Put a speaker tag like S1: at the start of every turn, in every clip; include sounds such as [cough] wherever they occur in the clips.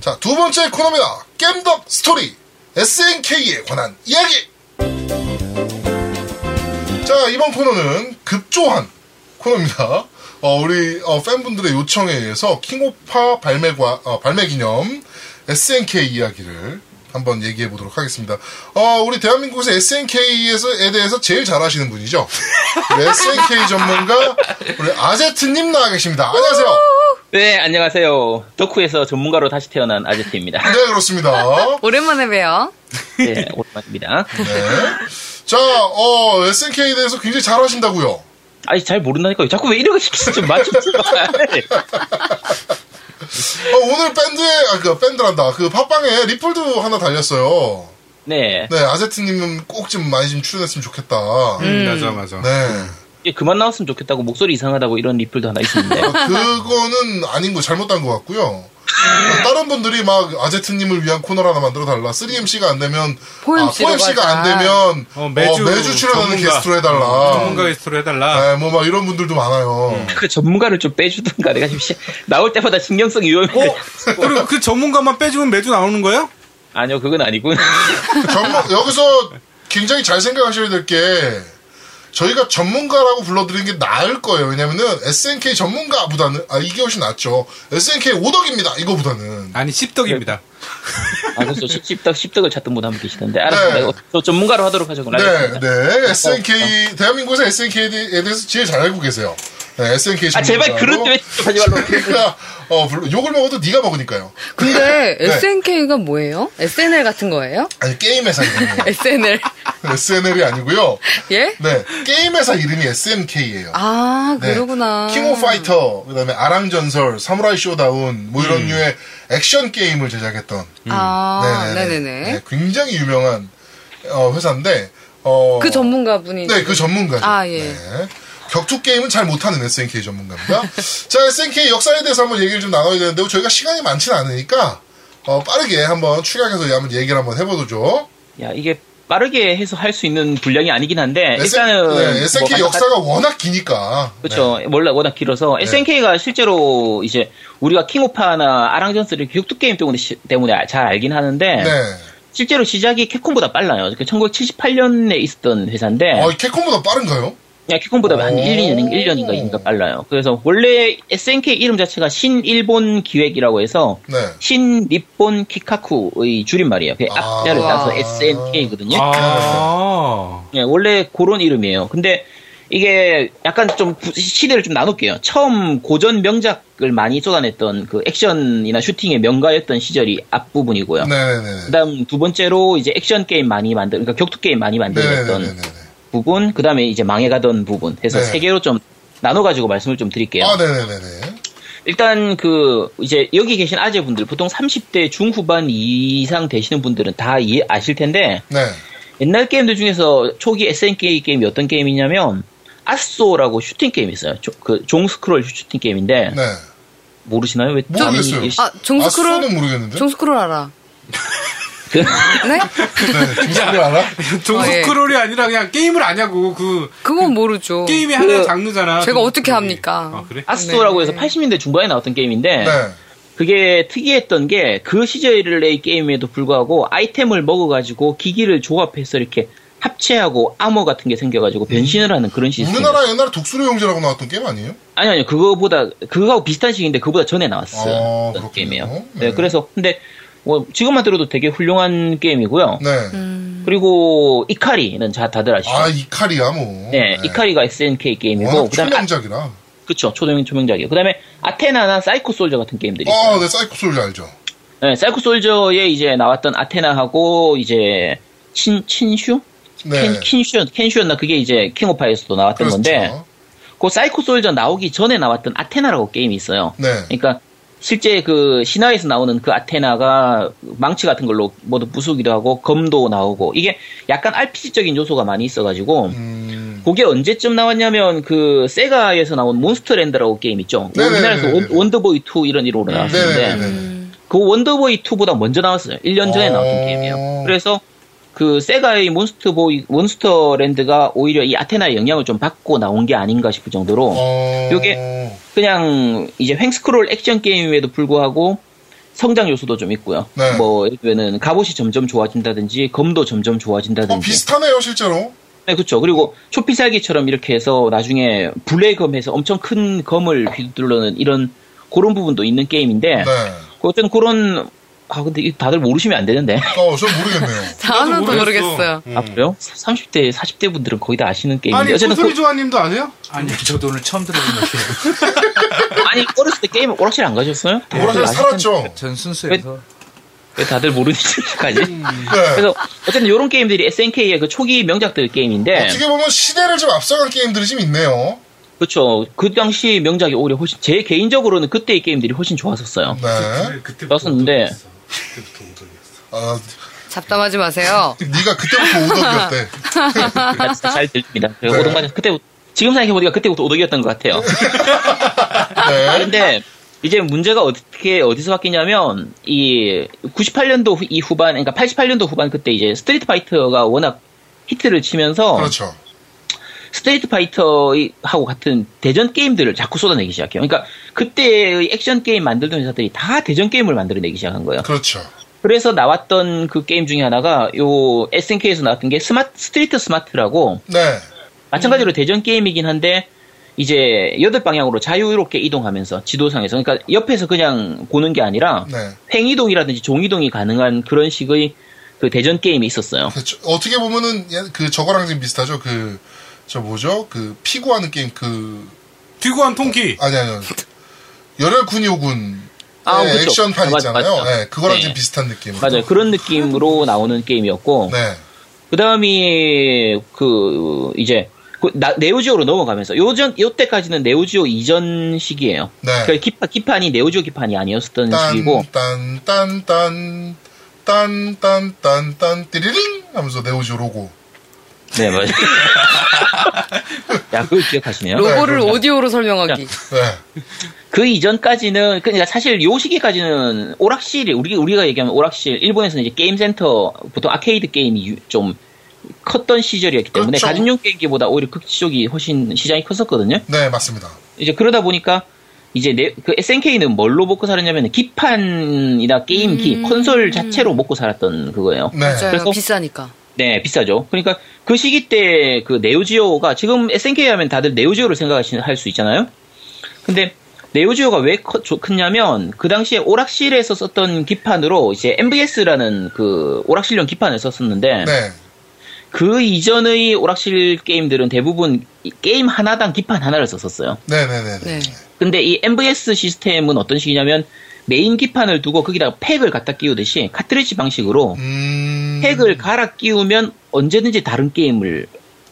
S1: 자, 두 번째 코너입니다. 겜덕 스토리. SNK에 관한 이야기. 자, 이번 코너는 급조한 코너입니다. 어, 우리 어, 팬분들의 요청에 의해서 킹오파 발매과 어, 발매 기념 SNK 이야기를 한번 얘기해 보도록 하겠습니다. 어, 우리 대한민국에서 SNK에서에 대해서 제일 잘하시는 분이죠. 우리 SNK 전문가 우리 아제트님 나와 계십니다. 안녕하세요.
S2: 네, 안녕하세요. 덕후에서 전문가로 다시
S1: [laughs]
S2: 태어난 아제트입니다.
S1: 네, 그렇습니다.
S3: 오랜만에 봬요.
S2: 네, 오랜만입니다.
S1: 자, 어, SNK에 대해서 굉장히 잘하신다고요. 어,
S2: 아니, 잘 모른다니까요. 자꾸 왜 이런 거 시키지? 좀 맞춰. 제발.
S1: 어, 오늘 밴드에, 아, 그, 밴드란다. 그, 팟빵에 리플도 하나 달렸어요.
S2: [laughs] 네.
S1: 네, 아제트님은 꼭 좀 많이 좀 출연했으면 좋겠다.
S3: 음.
S4: 맞아 맞아.
S1: 음. 네.
S2: 이제 그만 나왔으면 좋겠다고 목소리 이상하다고 이런 리플도 하나 있었는데.
S1: [laughs] 그거는 아닌 거, 잘못된 것 같고요. 어, 다른 분들이 막 아제트님을 위한 코너 하나 만들어 달라. 3MC가 안 되면, 아,
S3: 포엠 씨로
S1: 포엠씨가 안
S3: 가자.
S1: 되면,
S4: 어, 매주,
S1: 출연하는
S4: 전문가,
S1: 게스트로 해달라.
S4: 전문가 음. 게스트로 해달라.
S1: 네, 뭐 막 이런 분들도 많아요.
S2: 그 전문가를 좀 빼주든가. 내가 지금 시- 나올 때마다 신경성이 위험해.
S4: 어?
S1: 네.
S4: 그리고 그 전문가만 빼주면 매주 나오는 거예요?
S2: 아니요, 그건 아니고.
S1: 전문, 여기서 굉장히 잘 생각하셔야 될 게, 저희가 전문가라고 불러드리는 게 나을 거예요. 왜냐면은, SNK 전문가보다는, 아, 이게 훨씬 낫죠. SNK 오덕입니다. 이거보다는.
S4: 아니 씹덕입니다.
S2: 아, 그래서 십덕, 십덕을 찾던 분 한 분 계시던데. 알았습니다.
S1: 네.
S2: 어, 저 전문가로 하도록 하죠. 그럼
S1: 네,
S2: 알겠습니다. 어,
S1: 네. SNK, 대한민국에서 SNK에 대해서 제일 잘 알고 계세요. 네, SNK 전문가.
S2: 아, 제발 그런 때문에 하지
S1: [laughs]
S2: 말라고.
S1: 그러니까, 어, 물론 욕을 먹어도 네가 먹으니까요.
S3: 근데 SNK가 뭐예요? SNL 같은 거예요?
S1: 아니, 게임 회사
S2: [laughs]
S1: 이름이에요.
S3: SNL.
S1: SNL이 아니고요.
S3: [laughs] 예?
S1: 네, 게임 회사 이름이 SNK예요.
S3: 아,
S1: 네.
S3: 그러구나.
S1: 킹 오브 파이터, 그다음에 아랑 전설, 사무라이 쇼다운 뭐
S2: 음.
S1: 이런 류의 액션 게임을 제작했던
S3: 아,
S1: 음. 네네네.
S3: 네네네.
S1: 네, 굉장히 유명한 어, 회사인데 어,
S3: 그 전문가분이.
S1: 네, 그 전문가죠.
S3: 아, 예.
S1: 네. 격투 게임은 잘 못하는 SNK
S3: [laughs]
S1: 전문가입니다. 자, SNK 역사에 대해서 한번 얘기를 좀 나눠야 되는데 저희가 시간이 많지는 않으니까 어, 빠르게 한번 추격해서 한번 얘기를 한번 해보죠.
S2: 야, 이게 빠르게 해서 할 수 있는 분량이 아니긴 한데,
S1: 네,
S2: 일단은. 뭐
S1: SNK
S2: 간략한-
S1: 역사가 워낙 기니까
S2: 그렇죠. 원래 워낙 길어서
S1: 네.
S2: SNK가 실제로 이제 우리가 킹오파나 아랑전스를 그 격투 게임 때문에 시- 때문에 잘 알긴 하는데
S1: 네. 네.
S2: 실제로 시작이 캡콤보다 빨라요. 그러니까 1978년에 있었던 회사인데
S1: 어, 캡콤보다 빠른가요?
S2: 그냥 캡콤보다 한
S1: 오.
S2: 1, 2년, 1년인가 2년인가 빨라요. 그래서 원래 SNK 이름 자체가 신일본 기획이라고 해서
S1: 네.
S2: 신니폰 키카쿠의 줄임말이에요. 그
S1: 아.
S2: 앞자를 따서 SNK거든요.
S4: 아.
S2: 예, 원래 그런 이름이에요. 근데 이게 약간 좀 구- 시대를 좀 나눌게요. 처음 고전 명작을 많이 쏟아냈던 그 액션이나 슈팅의 명가였던 시절이 앞부분이고요.
S1: 네네네.
S2: 그다음 두 번째로 이제 액션 게임 많이 만들, 그러니까 격투 게임 많이 만들었던
S1: 네네네네.
S2: 부분, 그다음에 이제 망해가던 부분 해서
S1: 네.
S2: 세 개로 좀 나눠가지고 말씀을 좀 드릴게요.
S1: 아, 네네네네.
S2: 일단 그 이제 여기 계신 아재분들 보통 30대 중후반 이상 되시는 분들은 다 이해 아실 텐데
S1: 네.
S2: 옛날 게임들 중에서 초기 SNK 게임이 어떤 게임이냐면 아쏘라고 슈팅 게임이 있어요. 조- 그 종스크롤 슈팅 게임인데
S1: 네.
S2: 모르시나요? 왜
S1: 모르겠어요.
S2: 남이-
S3: 아, 종스크롤?
S1: 아수는 모르겠는데.
S3: 종스크롤 알아.
S2: 그- [laughs]
S3: 네?
S1: 네. 종스크롤 알아?
S4: 종스크롤이 아니라 그냥 게임을 아냐고 그
S3: [laughs] 그건 모르죠.
S4: 게임의 하나의
S2: 그-
S4: 장르잖아.
S3: 어, 제가 어떻게
S4: 종스크롤이.
S3: 합니까?
S4: 아 그래?
S2: 아쏘라고
S3: 네.
S2: 해서 80년대 중반에 나왔던 게임인데
S1: 네.
S2: 그게 특이했던 게 그 시절의 게임에도 불구하고 아이템을 먹어가지고 기기를 조합해서 이렇게 합체하고 아머 같은 게 생겨가지고 변신을 하는 그런 시스템.
S1: 음. 우리나라 옛날에 독수리 형제라고 나왔던 게임 아니에요?
S2: 아니 아니 그거보다 그거하고 비슷한 시기인데 그거보다 전에 나왔어요.
S1: 아,
S2: 어떤
S1: 그렇군요.
S2: 게임이에요.
S1: 네.
S2: 네, 그래서 근데 뭐 지금만 들어도 되게 훌륭한 게임이고요.
S1: 네.
S3: 음.
S2: 그리고 이카리는 자 다들 아시죠?
S1: 아, 이카리야, 뭐.
S2: 네, 이카리가 SNK 게임이고
S1: 워낙
S2: 그다음에 아,
S1: 초명작이라.
S2: 그쵸 초명 초명작이에요. 그다음에 아테나나 사이코 솔저 같은 게임들이 있어요.
S1: 아, 네, 사이코 솔즈 알죠.
S2: 네, 사이코 솔저에 이제 나왔던 아테나하고 이제 친 친슈
S1: 네. 그렇죠.
S2: 켄, 킨슈 켄슈였나 그게 이제 킹오파에서도 나왔던 건데 그 사이코 솔저 나오기 전에 나왔던 아테나라고 게임이 있어요.
S1: 네.
S2: 그러니까 실제 그 신화에서 나오는 그 아테나가 망치 같은 걸로 모두 부수기도 하고 검도 나오고 이게 약간 RPG적인 요소가 많이 있어가지고
S1: 음,
S2: 그게 언제쯤 나왔냐면 그 세가에서 나온 몬스터랜드라고 게임 있죠.
S1: 네네네네네. 네,
S2: 우리나라에서 원- 원더보이 2 이런 이름으로 나왔었는데
S3: 음.
S1: 네네네네.
S2: 그 원더보이 2보다 먼저 나왔어요. 1년 전에
S1: 어.
S2: 나왔던 게임이에요. 그래서 그 세가의 몬스터보이 몬스터랜드가 오히려 이 아테나의 영향을 좀 받고 나온 게 아닌가 싶을 정도로
S1: 어.
S2: 요게- 그냥 이제 횡스크롤 액션 게임임에도 불구하고 성장 요소도 좀 있고요.
S1: 네.
S2: 뭐 예를 들면 갑옷이 점점 좋아진다든지 검도 점점 좋아진다든지.
S1: 어, 비슷하네요, 실제로.
S2: 네, 그렇죠. 그리고 초피살기처럼 이렇게 해서 나중에 블레검해서 엄청 큰 검을 휘두르는 이런 그런 부분도 있는 게임인데
S1: 네.
S2: 그 어쨌든 그런 아 근데 이거 다들 모르시면 안 되는데
S1: 어, 전 모르겠네요.
S3: 다음은 또
S4: 모르겠어.
S3: 모르겠어요.
S2: 아 그래요? 30대, 40대 분들은 거의 다 아시는 게임인데
S4: 아니
S2: 어쨌든
S4: 소리
S2: 그-
S4: 조아님도 아세요?
S5: 아니 저도 오늘 처음 들어본 것같아요전
S2: 아니 어렸을 때 게임 오락실 안 가셨어요? 다들
S1: 오락실
S2: 아실
S1: 살았죠.
S5: 순수해서
S2: 왜 다들 모르는지까지?
S1: 네.
S2: 그래서 어쨌든 이런 게임들이 SNK의 그 초기 명작들 게임인데
S1: 어떻게 보면 시대를 좀 앞서간 게임들이 좀 있네요.
S2: 그렇죠. 그 당시 명작이 오히려 훨씬 제 개인적으로는 그때의 게임들이 훨씬 좋았었어요.
S1: 네.
S4: 그때부터
S2: 좋았었는데
S1: 아,
S3: 잡담하지 마세요.
S1: 네가 그때부터 오덕이었대.
S2: 아, 진짜 잘 들립니다. 그리고
S1: 네.
S2: 오동반에서 그때 지금 생각해보니까 그때부터 오덕이었던 것 같아요. 아,
S1: 네.
S2: 근데 이제 문제가 어떻게 어디서 바뀌냐면 이 98년도 이 후반, 그러니까 88년도 후반 그때 이제 스트리트 파이터가 워낙 히트를 치면서
S1: 그렇죠.
S2: 스트레이트 파이터하고 같은 대전 게임들을 자꾸 쏟아내기 시작해요. 그러니까 그때의 액션 게임 만들던 회사들이 다 대전 게임을 만들어내기 시작한 거예요.
S1: 그렇죠.
S2: 그래서 나왔던 그 게임 중에 하나가 요 SNK에서 나왔던 게 스마트 스트리트 스마트라고
S1: 네.
S2: 마찬가지로 대전 게임이긴 한데 이제 여덟 방향으로 자유롭게 이동하면서 지도상에서 그러니까 옆에서 그냥 보는 게 아니라
S1: 네.
S2: 횡이동이라든지 종이동이 가능한 그런 식의 그 대전 게임이 있었어요.
S1: 그렇죠. 어떻게 보면은 얘- 그 저거랑 좀 비슷하죠. 그 저 뭐죠? 그 피구하는 게임 그
S4: 뒤고한 통키
S1: 아니 아니요. 열혈 군요군
S2: 아,
S1: 네,
S2: 그렇죠.
S1: 액션판
S2: 아, 맞-
S1: 있잖아요.
S2: 맞죠.
S1: 네, 그거랑
S2: 네.
S1: 좀 비슷한 느낌.
S2: 맞아요. 그런 느낌으로 나오는 게임이었고
S1: 네.
S2: 그 다음이 그 이제 그 나- 네오지오로 넘어가면서 요전 요때까지는 네오지오 이전 시기예요.
S1: 네.
S2: 그 기파, 기판이 네오지오 기판이 아니었었던 시기고
S1: 딴딴딴딴딴딴딴 띠리링 하면서 네오지오 로고. [laughs]
S2: 네 맞아요. 야 그걸 기억하시네요.
S3: 로고를
S1: 그럼요.
S3: 오디오로 설명하기.
S1: 네.
S2: 그 이전까지는 그러니까 사실 요 시기까지는 오락실이 우리 우리가 얘기하면 오락실 일본에서는 이제 게임 센터 보통 아케이드 게임이 유- 좀 컸던 시절이었기 때문에
S1: 그렇죠.
S2: 가정용 게임기보다 오히려 그 쪽이 훨씬 시장이 컸었거든요.
S1: 네, 맞습니다.
S2: 이제 그러다 보니까 이제 내, 그 SNK는 뭘로 먹고 살았냐면 기판이나 게임기
S1: 음.
S2: 콘솔 자체로 먹고 살았던 그거예요.
S1: 네.
S3: 맞아요.
S2: 그래서-
S3: 비싸니까.
S2: 네 비싸죠. 그러니까 그 시기 때 그 네오지오가 지금 SNK 하면 다들 네오지오를 생각하시는 할 수 있잖아요. 근데 네오지오가 왜 커, 좋- 컸냐면 그 당시에 오락실에서 썼던 기판으로 이제 MVS라는 그 오락실용 기판을 썼었는데
S1: 네.
S2: 그 이전의 오락실 게임들은 대부분 이 게임 하나당 기판 하나를 썼었어요.
S1: 네, 네, 네.
S3: 네.
S1: 네.
S2: 근데 이 MVS 시스템은 어떤 식이냐면 메인 기판을 두고 거기다가 팩을 갖다 끼우듯이 카트리지 방식으로
S1: 음.
S2: 팩을 갈아 끼우면 언제든지 다른 게임을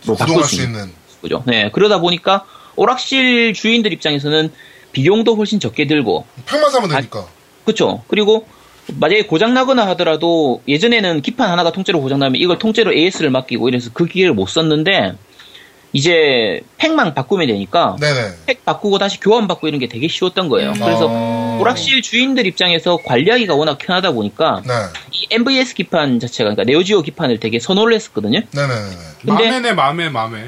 S2: 로
S1: 뭐
S2: 바꿀
S1: 구동할
S2: 수
S1: 수
S2: 있는
S1: 있는.
S2: 거죠. 네, 그러다 보니까 오락실 주인들 입장에서는 비용도 훨씬 적게 들고
S1: 팩만 사면 되니까.
S2: 그렇죠. 그리고 만약에 고장 나거나 하더라도 예전에는 기판 하나가 통째로 고장 나면 이걸 통째로 AS를 맡기고 이래서 그 기계를 못 썼는데 이제 팩만 바꾸면 되니까
S1: 네, 네.
S2: 팩 바꾸고 다시 교환 받고 이런 게 되게 쉬웠던 거예요. 그래서
S1: 어.
S2: 오락실 주인들 입장에서 관리하기가 워낙 편하다 보니까
S1: 네.
S2: 이 MVS 기판 자체가 그러니까 네오지오 기판을 되게 선호를 했었거든요.
S1: 네, 네, 네.
S2: 근데-
S4: 맘에네 맘에 맘에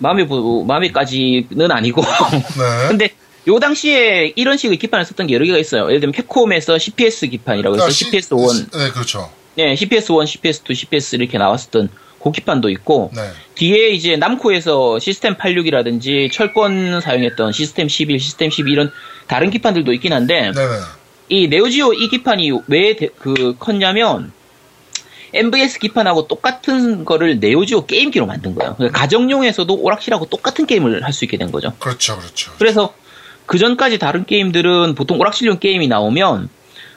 S2: 마음에 보- 마음에까지는 아니고
S1: 네.
S2: 근데 요 당시에 이런 식의 기판을 썼던 게 여러 개가 있어요. 예를 들면 캡콤에서 CPS 기판이라고 해서
S1: 아, 시-
S2: CPS 1,
S1: 시- 네, 그렇죠.
S2: 네, CPS 1, CPS 2, CPS 이렇게 나왔었던 그 기판도 있고
S1: 네.
S2: 뒤에 이제 남코에서 시스템 86이라든지 철권 사용했던 시스템 11, 시스템 12 이런 다른 기판들도 있긴 한데
S1: 네, 네.
S2: 이 네오지오 이 기판이 왜 그 컸냐면 MVS 기판하고 똑같은 거를 네오지오 게임기로 만든 거예요. 그러니까 가정용에서도 오락실하고 똑같은 게임을 할 수 있게 된 거죠.
S1: 그렇죠, 그렇죠.
S2: 그래서 그 전까지 다른 게임들은 보통 오락실용 게임이 나오면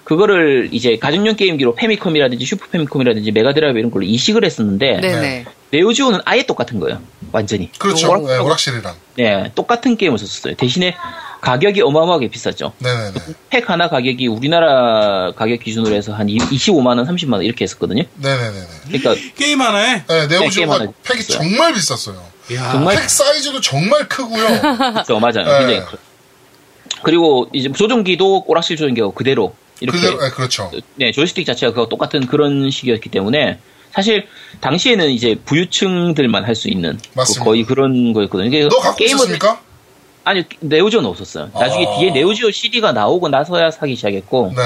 S2: 그거를 이제 가정용 게임기로 페미컴이라든지 슈퍼 페미컴이라든지 메가드라이브 이런 걸로 이식을 했었는데
S3: 네네.
S2: 네오지오는 아예 똑같은 거예요. 완전히.
S1: 그렇죠.
S2: 오락-
S1: 네, 오락실이랑.
S2: 네, 똑같은 게임을 썼어요. 대신에 가격이 어마어마하게 비쌌죠.
S1: 네, 네, 네.
S2: 팩 하나 가격이 우리나라 가격 기준으로 해서 한 25만원, 30만원 이렇게 했었거든요.
S1: 네, 네, 네. 네.
S2: 그러니까,
S4: 게임 하나에
S1: 네,
S2: 게임
S1: 네오지오가
S2: 하나
S1: 팩이
S2: 있어요.
S1: 정말 비쌌어요.
S4: 야,
S2: 정말
S1: 팩 사이즈도 정말 크고요.
S2: 그렇죠. 맞아요.
S1: 네.
S2: 굉장히 커요. 그리고 이제 조종기도 오락실 조종기가 그대로 [laughs] 이렇게
S1: 그대로, 네, 그렇죠.
S2: 네, 조이스틱 자체가 그거 똑같은 그런 식이었기 때문에 사실 당시에는 이제 부유층들만 할 수 있는 그
S1: 맞습니다.
S2: 거의 그런 거였거든요. 이게
S1: 너 갖고
S2: 게임을
S1: 있었습니까?
S2: 아니 네오지오는 없었어요. 나중에
S1: 아.
S2: 뒤에 네오지오 CD가 나오고 나서야 사기 시작했고
S1: 네.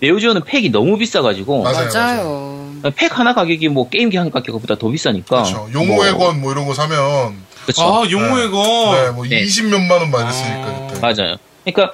S2: 네오지오는 팩이 너무 비싸가지고
S1: 맞아요,
S3: 맞아요.
S2: 팩 하나 가격이 뭐 게임기 한 가격보다 더 비싸니까
S1: 그렇죠. 용호의 권 뭐 이런 거 사면
S2: 그렇죠.
S4: 아, 용호의 거.
S1: 네, 뭐
S2: 네.
S1: 20몇만 원 많이 쓰니까 그때.
S2: 맞아요. 그러니까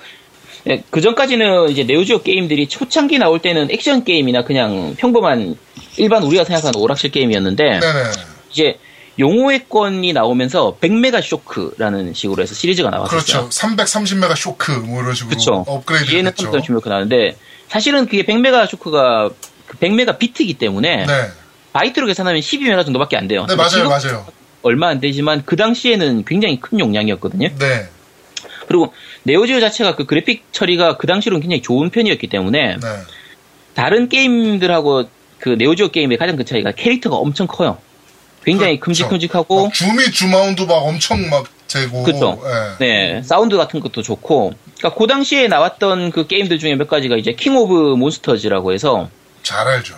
S2: 그 전까지는 이제 네오지오 게임들이 초창기 나올 때는 액션 게임이나 그냥 평범한 일반 우리가 생각하는 오락실 게임이었는데
S1: 네네.
S2: 이제 용호의 권이 나오면서 100메가 쇼크라는 식으로 해서 시리즈가 나왔었어요.
S1: 그렇죠. 330메가 쇼크 뭐 이런 식으로
S2: 그렇죠.
S1: 업그레이드
S2: 얘는
S1: 됐죠.
S2: 3.16 이렇게 나는데 사실은 그게 100메가 쇼크가 그 100메가 비트이기 때문에
S1: 네.
S2: 바이트로 계산하면 12메가 정도밖에 안 돼요.
S1: 네,
S2: 근데
S1: 맞아요,
S2: 예. 뭐 지금
S1: 맞아요.
S2: 얼마 안 되지만 그 당시에는 굉장히 큰 용량이었거든요.
S1: 네.
S2: 그리고 네오지오 자체가 그 그래픽 처리가 그 당시로는 굉장히 좋은 편이었기 때문에
S1: 네.
S2: 다른 게임들하고 그 네오지오 게임의 가장 큰 차이가 캐릭터가 엄청 커요. 굉장히
S1: 그렇죠.
S2: 큼직큼직하고
S1: 막 줌이 줌아운드 막 엄청 막 재고.
S2: 어? 그렇죠.
S1: 예.
S2: 네, 사운드 같은 것도 좋고. 그러니까 그 당시에 나왔던 그 게임들 중에 몇 가지가 이제 킹 오브 몬스터즈라고 해서
S1: 잘 알죠.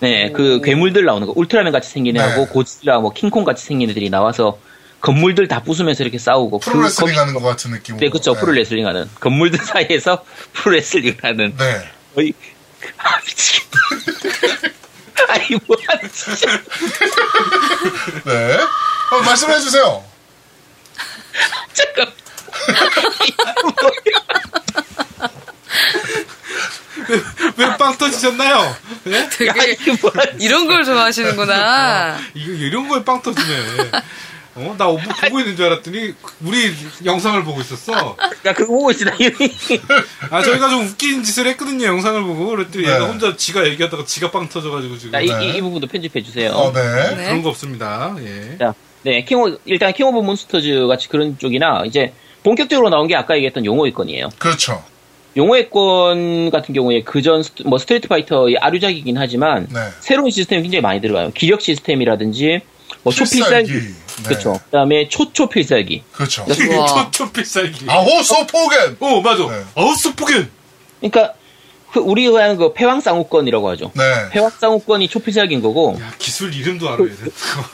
S2: 네, 그 괴물들 나오는 거 울트라맨 같이 생긴
S1: 네.
S2: 애하고 고질라 뭐 킹콩 같이 생긴 애들이 나와서 건물들 다 부수면서 이렇게 싸우고 그
S1: 프로레슬링
S2: 거기-
S1: 하는 것 같은 느낌으로.
S2: 네, 그렇죠.
S1: 예.
S2: 프로레슬링 하는 건물들 사이에서 [laughs] 프로레슬링 하는
S1: 네.
S2: 거의 아 미치겠다. [laughs] 아니 뭐야 진짜.
S1: 네. 어, 말씀해 주세요.
S2: 잠깐.
S1: 네.
S4: 왜 빵 터지셨나요? 예?
S3: 되게
S2: 이게 뭐야?
S3: 이런 걸 좋아하시는구나.
S4: 이거 이런 거에 빵 터지네. 어, 나 오빠 보고 있는 줄 알았더니 우리 영상을 보고 있었어.
S2: 야 그거 보고 있어 나 이미.
S4: 아, 저희가 좀 웃긴 짓을 했거든요. 영상을 보고 그랬더니
S1: 네.
S4: 얘가 혼자 지가 얘기하다가 지가 빵 터져가지고 지금
S2: 나 이,
S1: 네.
S2: 이, 이 부분도 편집해 주세요.
S1: 어, 네.
S3: 네.
S4: 그런 거 없습니다. 예.
S2: 자, 네, 킹오, 일단 킹 오브 몬스터즈 같이 그런 쪽이나, 이제, 본격적으로 나온 게 아까 얘기했던 용호의 권이에요.
S1: 그렇죠.
S2: 용호의 권 같은 경우에 그전, 스트- 뭐, 스트리트 파이터의 아류작이긴 하지만,
S1: 네.
S2: 새로운 시스템이 굉장히 많이 들어가요. 기력 시스템이라든지, 뭐, 초필살기.
S1: 필살기. 네.
S2: 그렇죠. 그 다음에 초초 필살기.
S1: 그렇죠.
S3: 우와.
S4: [laughs] 초초 필살기.
S1: 아호 소포겐.
S4: 어, 맞아.
S1: 네.
S4: 아우스 포겐.
S2: 그러니까, 그 우리가 하는 거 패왕쌍우권이라고 하죠.
S1: 네.
S2: 패왕쌍우권이 초필살기인 거고,
S4: 야, 기술 이름도 알아야 돼.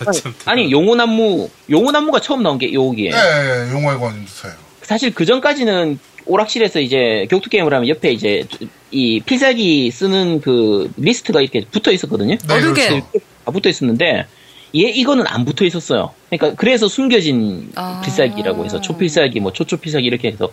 S4: 아, 참.
S2: 아니, 용호나무, 용호나무가 처음 나온 게 여기에.
S1: 네. 네. 용호의 권님 주세요.
S2: 사실 그 전까지는 오락실에서 이제 격투 게임을 하면 옆에 이제 이 필살기 쓰는 그 리스트가 이렇게 붙어 있었거든요.
S1: 네,
S3: 어르겐.
S1: 그렇죠.
S2: 다 붙어 있었는데 얘 이거는 안 붙어 있었어요. 그러니까 그래서 숨겨진
S3: 아.
S2: 필살기라고 해서 초필살기 뭐 초초 필살기 이렇게 해서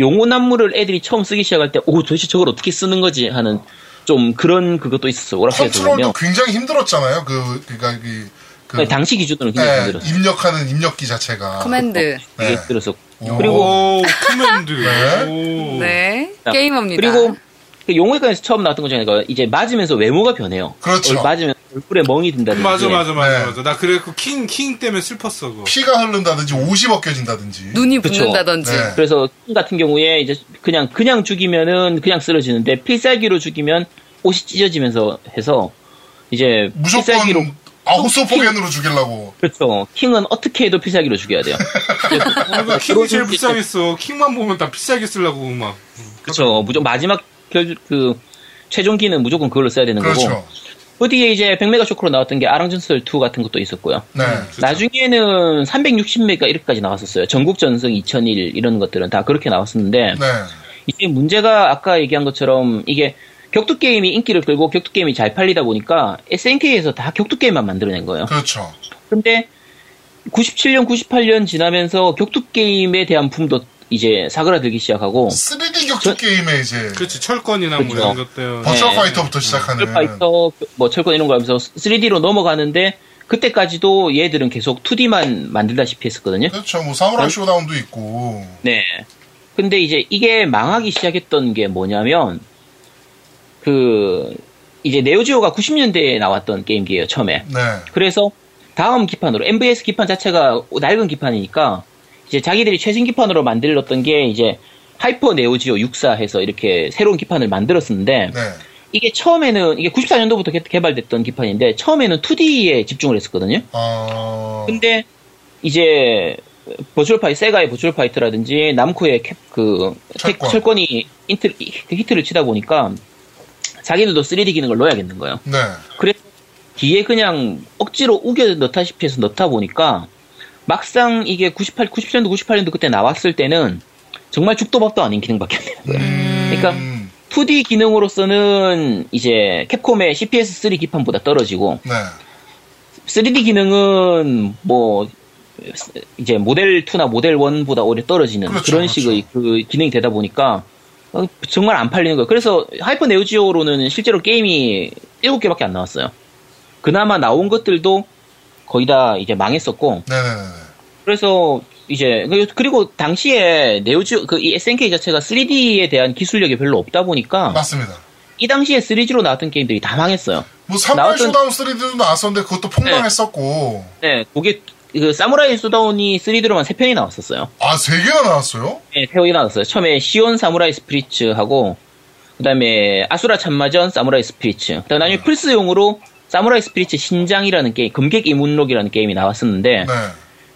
S2: 용호난무를 애들이 처음 쓰기 시작할 때 오 도대체 저걸 어떻게 쓰는 거지 하는 좀 그런 그것도 있었어요. 오락실에서 보면
S1: 컨트롤도 굉장히 힘들었잖아요. 그 그러니까 이 그,
S2: 네, 당시 기준으로는 굉장히
S1: 네,
S2: 힘들었어요.
S1: 입력하는 입력기 자체가
S3: 커맨드.
S1: 네.
S2: 되게 힘들었었고
S1: 오.
S2: 그리고
S4: 오, 커맨드. 오.
S3: 네. 게임합니다.
S2: 그리고 그 용호에서 처음 나왔던 것 중에 하나가 이제 맞으면서 외모가 변해요.
S1: 그렇죠.
S2: 얼- 맞으면 얼굴에 멍이 든다든지.
S4: 맞아, 맞아, 맞아,
S1: 네.
S4: 맞아. 나 그래갖고 킹, 킹 때문에 슬펐어, 그거.
S1: 피가 흐른다든지 옷이 벗겨진다든지.
S3: 눈이
S2: 그쵸.
S3: 붓는다든지.
S1: 네.
S2: 그래서 킹 같은 경우에 이제 그냥 그냥 죽이면은 그냥 쓰러지는데 필살기로 죽이면 옷이 찢어지면서 해서 이제
S1: 무조건
S2: 필살기로
S1: 아호 소포겐으로 죽이려고.
S2: 그렇죠. 킹은 어떻게 해도 필살기로 죽여야
S1: [laughs]
S2: 돼요. 아,
S4: 그러니까 킹이 제일 불쌍했어. 킹만 보면 다 비싸게 쓰려고 막.
S2: 그렇죠. 무조 마지막 결 그 최종기는 무조건 그걸로 써야 되는 거고.
S1: 그렇죠.
S2: 그 뒤에 이제 100메가 쇼크로 나왔던 게 아랑전설 2 같은 것도 있었고요.
S1: 네.
S2: 나중에는 360메가 이렇게까지 나왔었어요. 전국전승 2001 이런 것들은 다 그렇게 나왔었는데
S1: 네.
S2: 이제 문제가 아까 얘기한 것처럼 이게 격투 게임이 인기를 끌고 격투 게임이 잘 팔리다 보니까 SNK에서 다 격투 게임만 만들어낸 거예요.
S1: 그렇죠.
S2: 근데 97년, 98년 지나면서 격투 게임에 대한 붐도 이제 사그라들기 시작하고
S1: 3D 격투
S2: 저-
S1: 게임에 이제
S4: 그렇지, 철권이나 뭐
S2: 그렇죠.
S4: 이런 것 때문에.
S1: 버츄얼
S2: 네.
S1: 파이터부터 시작하는
S2: 파이터, 뭐 철권 이런 거 하면서 3D로 넘어가는데 그때까지도 얘들은 계속 2D만 만들다시피 했었거든요.
S1: 그렇죠. 뭐 사무라이 쇼다운도 있고.
S2: 네. 근데 이제 이게 망하기 시작했던 게 뭐냐면, 그, 이제 네오지오가 90년대에 나왔던 게임기예요, 처음에.
S1: 네.
S2: 그래서 다음 기판으로, MVS 기판 자체가 낡은 기판이니까, 이제 자기들이 최신 기판으로 만들었던 게 이제 하이퍼 네오지오 64 해서 이렇게 새로운 기판을 만들었는데,
S1: 네.
S2: 이게 처음에는, 이게 94년도부터 개발됐던 기판인데, 처음에는 2D에 집중을 했었거든요.
S1: 어.
S2: 근데 이제 버츄얼 파이 세가의 버츄얼 파이트라든지 남코의 캡, 그 텍-
S1: 철권.
S2: 철권이 인트, 히트를 치다 보니까 자기들도 3D 기능을 넣어야겠는 거예요.
S1: 네.
S2: 그래서 뒤에 그냥 억지로 우겨 넣다시피 해서 넣다 보니까 막상 이게 98, 97년도, 98년도 그때 나왔을 때는 정말 죽도 밥도 아닌 기능밖에 안 되는
S1: 네.
S2: 거예요. 그러니까
S1: 음,
S2: 2D 기능으로서는 이제 캡콤의 CPS3 기판보다 떨어지고
S1: 네.
S2: 3D 기능은 뭐 이제 모델 2나 모델 1보다 오히려 떨어지는
S1: 그렇죠,
S2: 그런 식의 그 기능이 되다 보니까 어, 정말 안 팔리는 거예요. 그래서 하이퍼 네오지오로는 실제로 게임이 7개밖에 안 나왔어요. 그나마 나온 것들도 거의 다 이제 망했었고
S1: 네네네.
S2: 그래서 이제 그- 그리고 당시에 네오지오 그이 SNK 자체가 3D에 대한 기술력이 별로 없다 보니까
S1: 맞습니다.
S2: 이 당시에 3G로 나왔던 게임들이 다 망했어요.
S1: 뭐 산발
S2: 나왔던-
S1: 쇼다운 3D도 나왔었는데 그것도 폭망했었고
S2: 네, 그게 그 사무라이 소다운이 3D로만 3편이 나왔었어요.
S1: 아 세 개나 나왔어요?
S2: 네, 세월이 나왔어요. 처음에 시온 사무라이 스피릿하고 그다음에 아수라 참마전 사무라이 스피릿. 그다음 나중에 플스용으로 사무라이 스피릿 신장이라는 게임, 금객 이문록이라는 게임이 나왔었는데
S1: 네.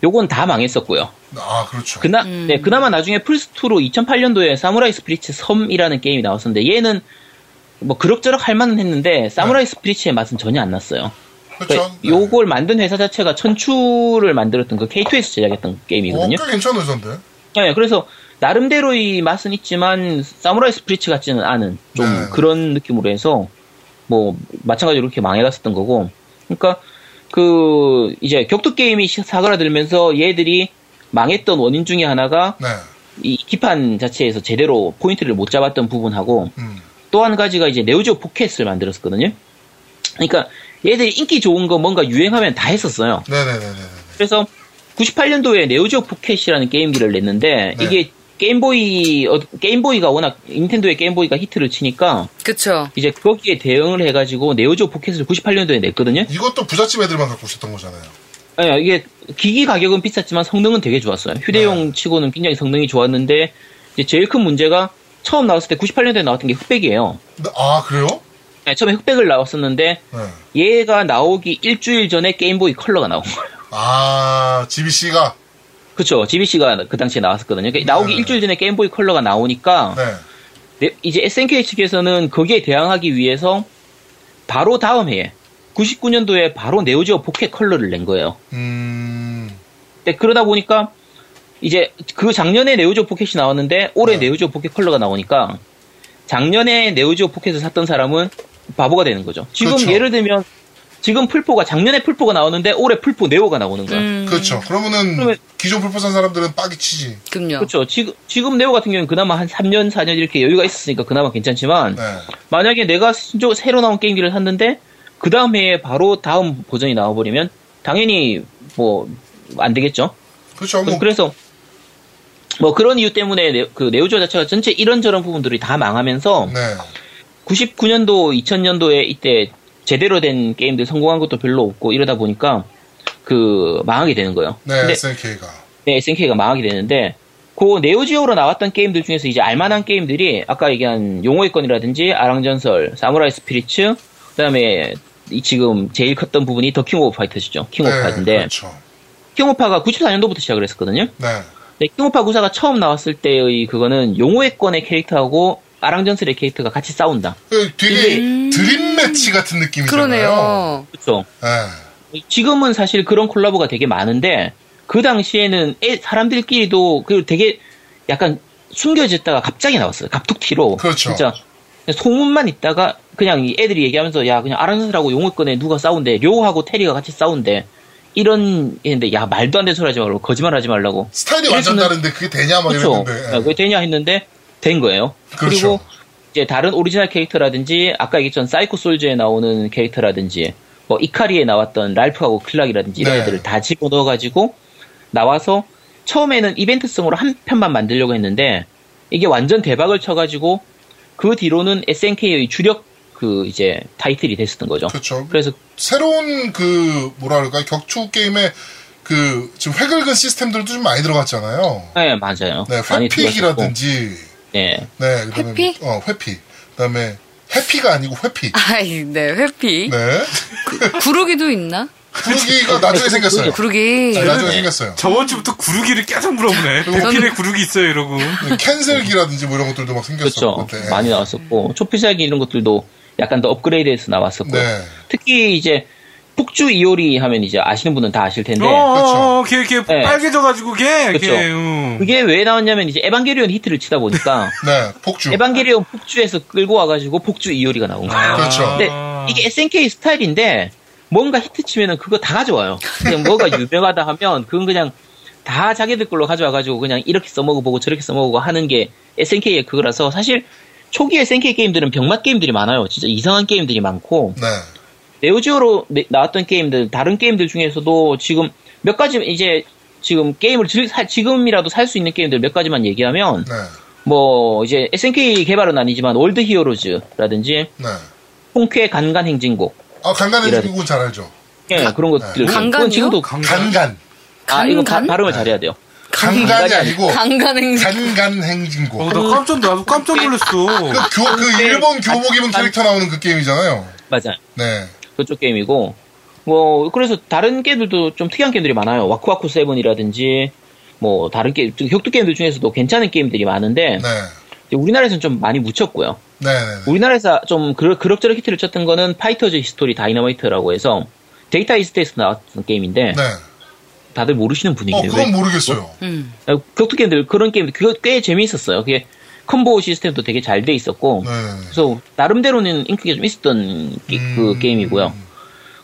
S2: 요건 다 망했었고요.
S1: 아 그렇죠.
S2: 그나 네, 그나마 나중에 플스 2로 2008년도에 사무라이 스피릿 섬이라는 게임이 나왔었는데 얘는 뭐 그럭저럭 할 만은 했는데 사무라이 스피릿의 맛은 전혀 안 났어요.
S1: 네.
S2: 그러니까
S1: 그렇죠. 네.
S2: 요걸 만든 회사 자체가 천추를 만들었던 그 K2에서 제작했던
S1: 어,
S2: 게임이거든요.
S1: 꽤 괜찮은 의사인데.
S2: 네, 그래서 나름대로의 맛은 있지만 사무라이 스프리츠 같지는 않은 좀
S1: 네.
S2: 그런 느낌으로 해서 뭐 마찬가지로 이렇게 망해갔었던 거고 그러니까 그 이제 격투 게임이 시- 사그라들면서 얘들이 망했던 원인 중에 하나가
S1: 네.
S2: 이 기판 자체에서 제대로 포인트를 못 잡았던 부분하고
S1: 음.
S2: 또 한 가지가 이제 네오지오 포켓을 만들었었거든요. 그러니까 얘들이 인기 좋은 거 뭔가 유행하면 다 했었어요.
S1: 네네네네.
S2: 그래서 98년도에 네오지오 포켓이라는 게임기를 냈는데
S1: 네.
S2: 이게 게임보이 어, 게임보이가 워낙 닌텐도의 게임보이가 히트를 치니까
S3: 그쵸.
S2: 이제 거기에 대응을 해가지고 네오지오 포켓을 98년도에 냈거든요.
S1: 이것도 부잣집 애들만 갖고 있었던 거잖아요.
S2: 예, 이게 기기 가격은 비쌌지만 성능은 되게 좋았어요. 휴대용
S1: 네.
S2: 치고는 굉장히 성능이 좋았는데 이제 제일 큰 문제가 처음 나왔을 때 98년도에 나왔던 게 흑백이에요.
S1: 네, 아 그래요?
S2: 예, 처음에 흑백을 나왔었는데
S1: 네.
S2: 얘가 나오기 일주일 전에 게임보이 컬러가 나온 거예요. [laughs]
S1: 아 GBC가
S2: 그쵸. GBC가 그 당시에 나왔었거든요. 그러니까 나오기
S1: 네.
S2: 일주일 전에 게임보이 컬러가 나오니까
S1: 네.
S2: 네, 이제 SNK 측에서는 거기에 대항하기 위해서 바로 다음 해에 99년도에 바로 네오지오 포켓 컬러를 낸 거예요.
S1: 음.
S2: 근데 그러다 보니까 이제 그 작년에 네오지오 포켓이 나왔는데 올해
S1: 네.
S2: 네오지오 포켓 컬러가 나오니까 작년에 네오지오 포켓을 샀던 사람은 바보가 되는 거죠. 지금
S1: 그렇죠.
S2: 예를 들면 지금 풀포가 작년에 풀포가 나오는데 올해 풀포 네오가 나오는 거야.
S3: 음,
S1: 그렇죠. 그러면은
S2: 그러면-
S1: 기존 풀포 산 사람들은 빡이 치지.
S3: 그럼요.
S2: 그렇죠. 지금 지금 네오 같은 경우는 그나마 한 3년 4년 이렇게 여유가 있었으니까 그나마 괜찮지만
S1: 네.
S2: 만약에 내가 신조- 새로 나온 게임기를 샀는데 그 다음 해에 바로 다음 버전이 나와버리면 당연히 뭐 안 되겠죠.
S1: 그렇죠. 뭐
S2: 그래서 뭐 그런 이유 때문에 네, 그 네오지오 자체가 전체 이런저런 부분들이 다 망하면서
S1: 네.
S2: 99년도 2000년도에 이때 제대로 된 게임들 성공한 것도 별로 없고 이러다 보니까 그 망하게 되는 거예요.
S1: 네.
S2: 근데
S1: SNK가.
S2: 네, SNK가 망하게 되는데 그 네오지오로 나왔던 게임들 중에서 이제 알만한 게임들이 아까 얘기한 용호의 건이라든지 아랑전설, 사무라이 스피릿츠, 그다음에 이 지금 제일 컸던 부분이 더 킹 오브 파이터즈죠. 킹 오브
S1: 네.
S2: 파이터인데
S1: 그렇죠.
S2: 킹 오브 파가 94년도부터 시작을 했었거든요.
S1: 네.
S2: 네, 킹 오브 파 구사가 처음 나왔을 때의 그거는 용호의 건의 캐릭터하고 아랑전설의 캐릭터가 같이 싸운다.
S1: 그 되게 드림 매치 같은 느낌이잖아요.
S3: 그러네요.
S2: 그렇죠.
S1: 네.
S2: 지금은 사실 그런 콜라보가 되게 많은데 그 당시에는 애- 사람들끼리도 그 되게 약간 숨겨졌다가 갑자기 나왔어요. 갑툭튀로.
S1: 그렇죠.
S2: 진짜 소문만 있다가 그냥 이 애들이 얘기하면서 야 그냥 아랑스라고 용어권에 누가 싸운대 료하고 테리가 같이 싸운대 이런 얘기인데 야 말도 안 되는 소리 하지 말고 거짓말 하지 말라고
S1: 스타일이 완전
S2: 그래서는- 뭐
S1: 다른데 그게 되냐 막
S2: 그렇죠.
S1: 이랬는데. 예. 네.
S2: 아, 그게 되냐 했는데 된 거예요.
S1: 그렇죠.
S2: 리고 이제 다른 오리지널 캐릭터라든지 아까 얘기했던 사이코 솔즈에 나오는 캐릭터라든지 뭐 이카리에 나왔던 랄프하고 클락이라든지 이런
S1: 네.
S2: 애들을 다 집어넣어 가지고 나와서 처음에는 이벤트성으로 한 편만 만들려고 했는데 이게 완전 대박을 쳐 가지고 그 뒤로는 SNK의 주력 그 이제 타이틀이 됐었던 거죠.
S1: 그렇죠.
S2: 그래서
S1: 새로운 그 뭐랄까 격투 게임의 그 지금 회긁은 시스템들도 좀 많이 들어갔잖아요.
S2: 네, 맞아요.
S1: 네,
S2: 많이 들어갔었고.
S1: 회픽이라든지
S2: 네.
S1: 네, 그다음에
S3: 회피?
S1: 어, 회피. 그다음에 해피가 아니고 회피.
S3: 아이, 네, 회피.
S1: 네.
S3: 구르기도 있나?
S1: 구르기가 나중에 생겼어요.
S3: 구르기.
S1: 네, 나중에 생겼어요.
S4: 아, 저번 주부터 구르기를
S1: [laughs]
S4: 계속 물어보네. 도필에 구르기 있어요 이러고.
S1: 네, 캔슬기라든지 뭐 이런 것들도 막 생겼었고. 네.
S2: 그렇죠. 많이 나왔었고 초피살기 이런 것들도 약간 더 업그레이드해서 나왔었고
S1: 네.
S2: 특히 이제 폭주 이오리 하면 이제 아시는 분은 다 아실 텐데
S4: 어, 어, 어, 걔, 걔,
S2: 그렇죠. 네. 그렇죠.
S4: 빨개져가지고 걔,
S2: 그쵸.
S4: 걔, 응.
S2: 그게 왜 나왔냐면 이제 에반게리온 히트를 치다
S1: [laughs]
S2: 보니까
S1: 네, 폭주.
S2: 에반게리온 폭주에서 끌고 와가지고 폭주 이오리가 나온 거예요.
S1: 그렇죠.
S2: 근데 아. 네,
S4: 아.
S2: 이게 SNK 스타일인데 뭔가 히트 치면은 그거 다 가져와요. 그냥 뭐가 유명하다 하면 그건 그냥 다 자기들 걸로 가져와가지고 그냥 이렇게 써먹어보고 저렇게 써먹고 하는 게 SNK의 그거라서 사실 초기 SNK 게임들은 병맛 게임들이 많아요. 진짜 이상한 게임들이 많고
S1: 네.
S2: 네오지오로 내- 나왔던 게임들 다른 게임들 중에서도 지금 몇 가지 이제 지금 게임을 즐- 사- 지금이라도 살 수 있는 게임들 몇 가지만 얘기하면
S1: 네.
S2: 뭐 이제 SNK 개발은 아니지만 월드 히어로즈라든지
S1: 네.
S2: 홍쾌 간간 행진곡
S1: 아, 간간의
S2: 이런-
S1: 미국은 잘 알죠.
S2: 예, 그런 것들.
S3: 네.
S2: 그건
S3: 강간이요?
S2: 지금도
S1: 간간.
S2: 아, 이거 가-
S3: 강간?
S2: 발음을 잘해야 돼요.
S1: 간간이 아니고
S3: 강간행진.
S1: 간간
S4: 어,
S1: 행진곡.
S4: 나 깜짝, 나도 깜짝 놀랐어.
S1: 그, 교, 그 일본 교복 입은 캐릭터 나오는 그 게임이잖아요.
S2: 맞아요.
S1: 네.
S2: 그쪽 게임이고. 뭐 그래서 다른 게임들도 좀 특이한 게임들이 많아요. 와쿠와쿠 세븐이라든지 뭐 다른 게임 격투 게임들 중에서도 괜찮은 게임들이 많은데
S1: 네.
S2: 이제 우리나라에서는 좀 많이 묻혔고요.
S1: 네, 네, 네.
S2: 우리나라에서 좀 그럭, 그럭저럭 히트를 쳤던 거는 파이터즈 히스토리 다이너마이트라고 해서 데이터 이스트에서 나왔던 게임인데
S1: 네.
S2: 다들 모르시는
S1: 어,
S2: 분위기예요.
S1: 그건 모르겠어요.
S3: 음.
S2: 격투 게임들 그런 게임 그거 꽤 재미있었어요. 그게 콤보 시스템도 되게 잘 돼 있었고
S1: 네.
S2: 그래서 나름대로는 인기가 좀 있었던 게- 그
S1: 음.
S2: 게임이고요.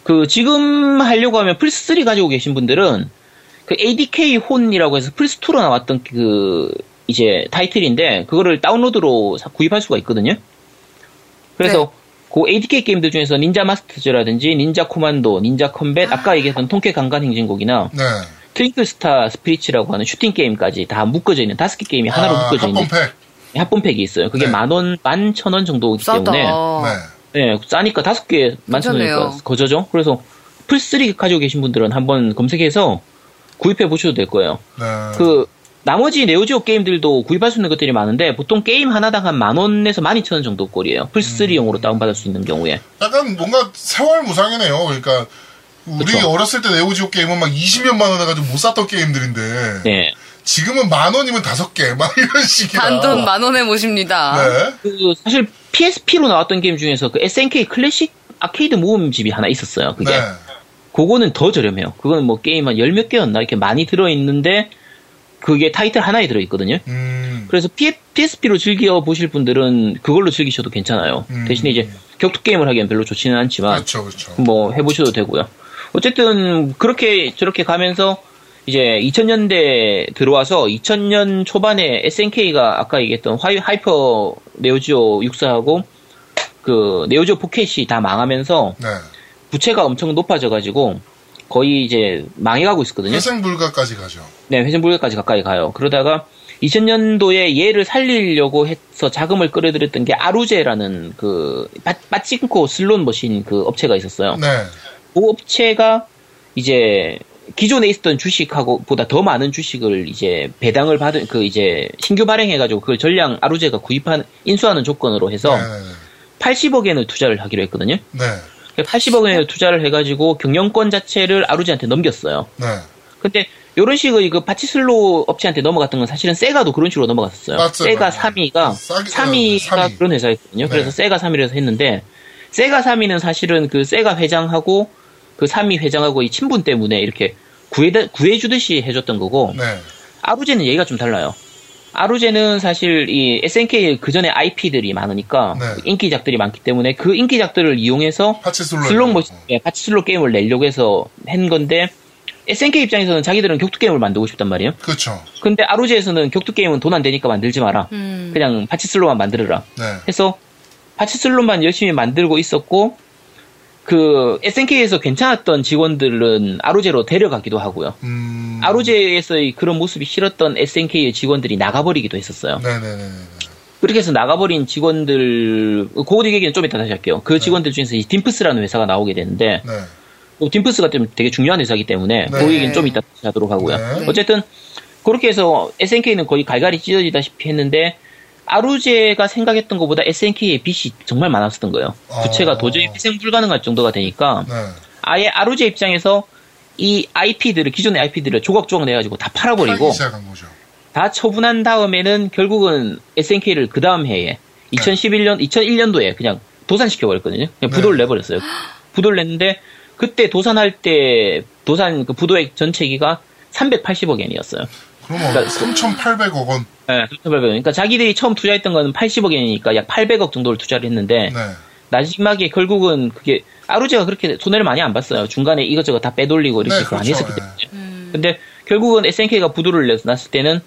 S2: 그 지금 하려고 하면 플스 3 가지고 계신 분들은 그 ADK 혼이라고 해서 플스 2로 나왔던 그 이제 타이틀인데 그거를 다운로드로 사- 구입할 수가 있거든요. 그래서 그 ADK 게임들 중에서 닌자 마스터즈라든지 닌자 코만도, 닌자 컴뱃, 아까 얘기했던 통쾌 강간 행진곡이나
S1: 네.
S2: 트윙클스타 스피릿이라고 하는 슈팅 게임까지 다 묶어져 있는 다섯 개 게임이 하나로
S1: 아,
S2: 묶어져 있는
S1: 합본팩.
S2: 합본팩이 있어요. 그게
S1: 네.
S2: 만 원, 만 천 원 정도이기
S3: 싸다.
S2: 때문에
S1: 네.
S2: 네, 싸니까 다섯 개 만천원이니까
S3: 괜찮네요.
S2: 거저죠. 그래서 플스3 가지고 계신 분들은 한번 검색해서 구입해 보셔도 될 거예요.
S1: 네.
S2: 그 나머지 네오지오 게임들도 구입할 수 있는 것들이 많은데 보통 게임 하나당 한 만 원에서 만 이천 원 정도 꼴이에요.
S1: 음.
S2: 플스3용으로 다운받을 수 있는 경우에.
S1: 약간 뭔가 세월 무상이네요. 그러니까 우리
S2: 그쵸.
S1: 어렸을 때 네오지오 게임은 막 20몇 만 원 해가지고 못 샀던 게임들인데
S2: 네.
S1: 지금은 만 원이면 다섯 개 막 이런 식이라.
S3: 단돈 만 원에 모십니다.
S1: 네.
S2: 그 사실 PSP로 나왔던 게임 중에서 그 SNK 클래식 아케이드 모음집이 하나 있었어요. 그게.
S1: 네.
S2: 그거는 더 저렴해요. 그건 뭐 게임 한 열 몇 개였나? 이렇게 많이 들어있는데, 그게 타이틀 하나에 들어있거든요.
S1: 음.
S2: 그래서 P, PSP로 즐겨보실 분들은 그걸로 즐기셔도 괜찮아요.
S1: 음.
S2: 대신에 이제 격투게임을 하기엔 별로 좋지는 않지만,
S1: 그렇죠, 그렇죠.
S2: 뭐 해보셔도 되고요. 어쨌든, 그렇게, 저렇게 가면서, 이제 2000년대 들어와서 2000년 초반에 SNK가 아까 얘기했던 화이, 하이퍼 네오지오 육사하고, 그, 네오지오 포켓이 다 망하면서,
S1: 네.
S2: 부채가 엄청 높아져가지고 거의 이제 망해가고 있었거든요.
S1: 회생 불가까지 가죠.
S2: 네, 회전불가까지 가까이 가요. 그러다가 2000년도에 얘를 살리려고 해서 자금을 끌어들였던 게 아루제라는 그 바- 빠칭코 슬롯 머신 그 업체가 있었어요.
S1: 네.
S2: 그 업체가 이제 기존에 있었던 주식하고 보다 더 많은 주식을 이제 배당을 받은 그 이제 신규 발행해가지고 그걸 전량 아루제가 구입한 인수하는 조건으로 해서
S1: 네. 네.
S2: 80억 엔을 투자를 하기로 했거든요.
S1: 네.
S2: 80억 엔을 투자를 해가지고 경영권 자체를 아루지한테 넘겼어요.
S1: 네.
S2: 근데 이런 식의 그 바치슬로 업체한테 넘어갔던 건 사실은 세가도 그런 식으로 넘어갔었어요.
S1: 맞아요,
S2: 세가
S1: 맞아요.
S2: 3위가
S1: 음, 싸게-
S2: 3위가
S1: 삼위.
S2: 그런 회사였거든요.
S1: 네.
S2: 그래서 세가 3위에서 했는데 세가 3위는 사실은 그 세가 회장하고 그 3위 회장하고 이 친분 때문에 이렇게 구해 구해주듯이 해줬던 거고
S1: 네.
S2: 아루제는 얘기가 좀 달라요. 아루제는 사실 이 SNK 그 전에 IP들이 많으니까
S1: 네.
S2: 인기작들이 많기 때문에 그 인기작들을 이용해서
S1: 파츠 슬로.
S2: 슬록 머신, 예, 같이 슬록 게임을 내려고 해서 한 건데, SNK 입장에서는 자기들은 격투 게임을 만들고 싶단 말이에요.
S1: 그렇죠.
S2: 근데 아로지에서는 격투 게임은 돈 안 되니까 만들지 마라.
S3: 음.
S2: 그냥 파치슬로만 만들어라.
S1: 네.
S2: 해서 파치슬로만 열심히 만들고 있었고, 그 SNK에서 괜찮았던 직원들은 아로제로 데려가기도 하고요.
S1: 음.
S2: 아로제에서의 그런 모습이 싫었던 SNK의 직원들이 나가버리기도 했었어요.
S1: 네, 네, 네, 네.
S2: 그렇게 해서 나가버린 직원들, 그 얘기는 좀 이따 다시 할게요. 그 직원들 중에서 이 딤프스라는 회사가 나오게 되는데,
S1: 네.
S2: 또 딤프스가 좀 되게 중요한 회사이기 때문에
S1: 네.
S2: 그 얘기는 좀 이따 다시 하도록 하고요.
S1: 네.
S2: 어쨌든 그렇게 해서 SNK는 거의 갈갈이 찢어지다시피 했는데 아루제가 생각했던 것보다 SNK의 빚이 정말 많았었던 거예요.
S1: 아.
S2: 부채가 도저히 회생 불가능할 정도가 되니까
S1: 네.
S2: 아예 아루제 입장에서 이 IP들을 기존의 IP들을 조각조각 내가지고 다 팔아버리고
S1: 팔기 시작한 거죠.
S2: 다 처분한 다음에는 결국은 SNK를 그 다음 해에 2011년 2001년도에 그냥 도산시켜 버렸거든요. 그냥 부도를 내버렸어요. 부도를 냈는데 그때 도산할 때 도산 그 부도액 전체기가 380억 엔이었어요.
S1: 그러면
S2: 그러니까
S1: 3,800억 원.
S2: 예, 3,800억. 그러니까 자기들이 처음 투자했던 거는 80억 엔이니까 약 800억 정도를 투자를 했는데
S1: 네.
S2: 마지막에 결국은 그게 아루제가 그렇게 손해를 많이 안 봤어요. 중간에 이것저것 다 빼돌리고 이렇게
S1: 네,
S2: 많이
S1: 그렇죠.
S2: 했었기 때문에.
S1: 네.
S2: 근데 결국은 SNK가 부도를 냈- 났을 때는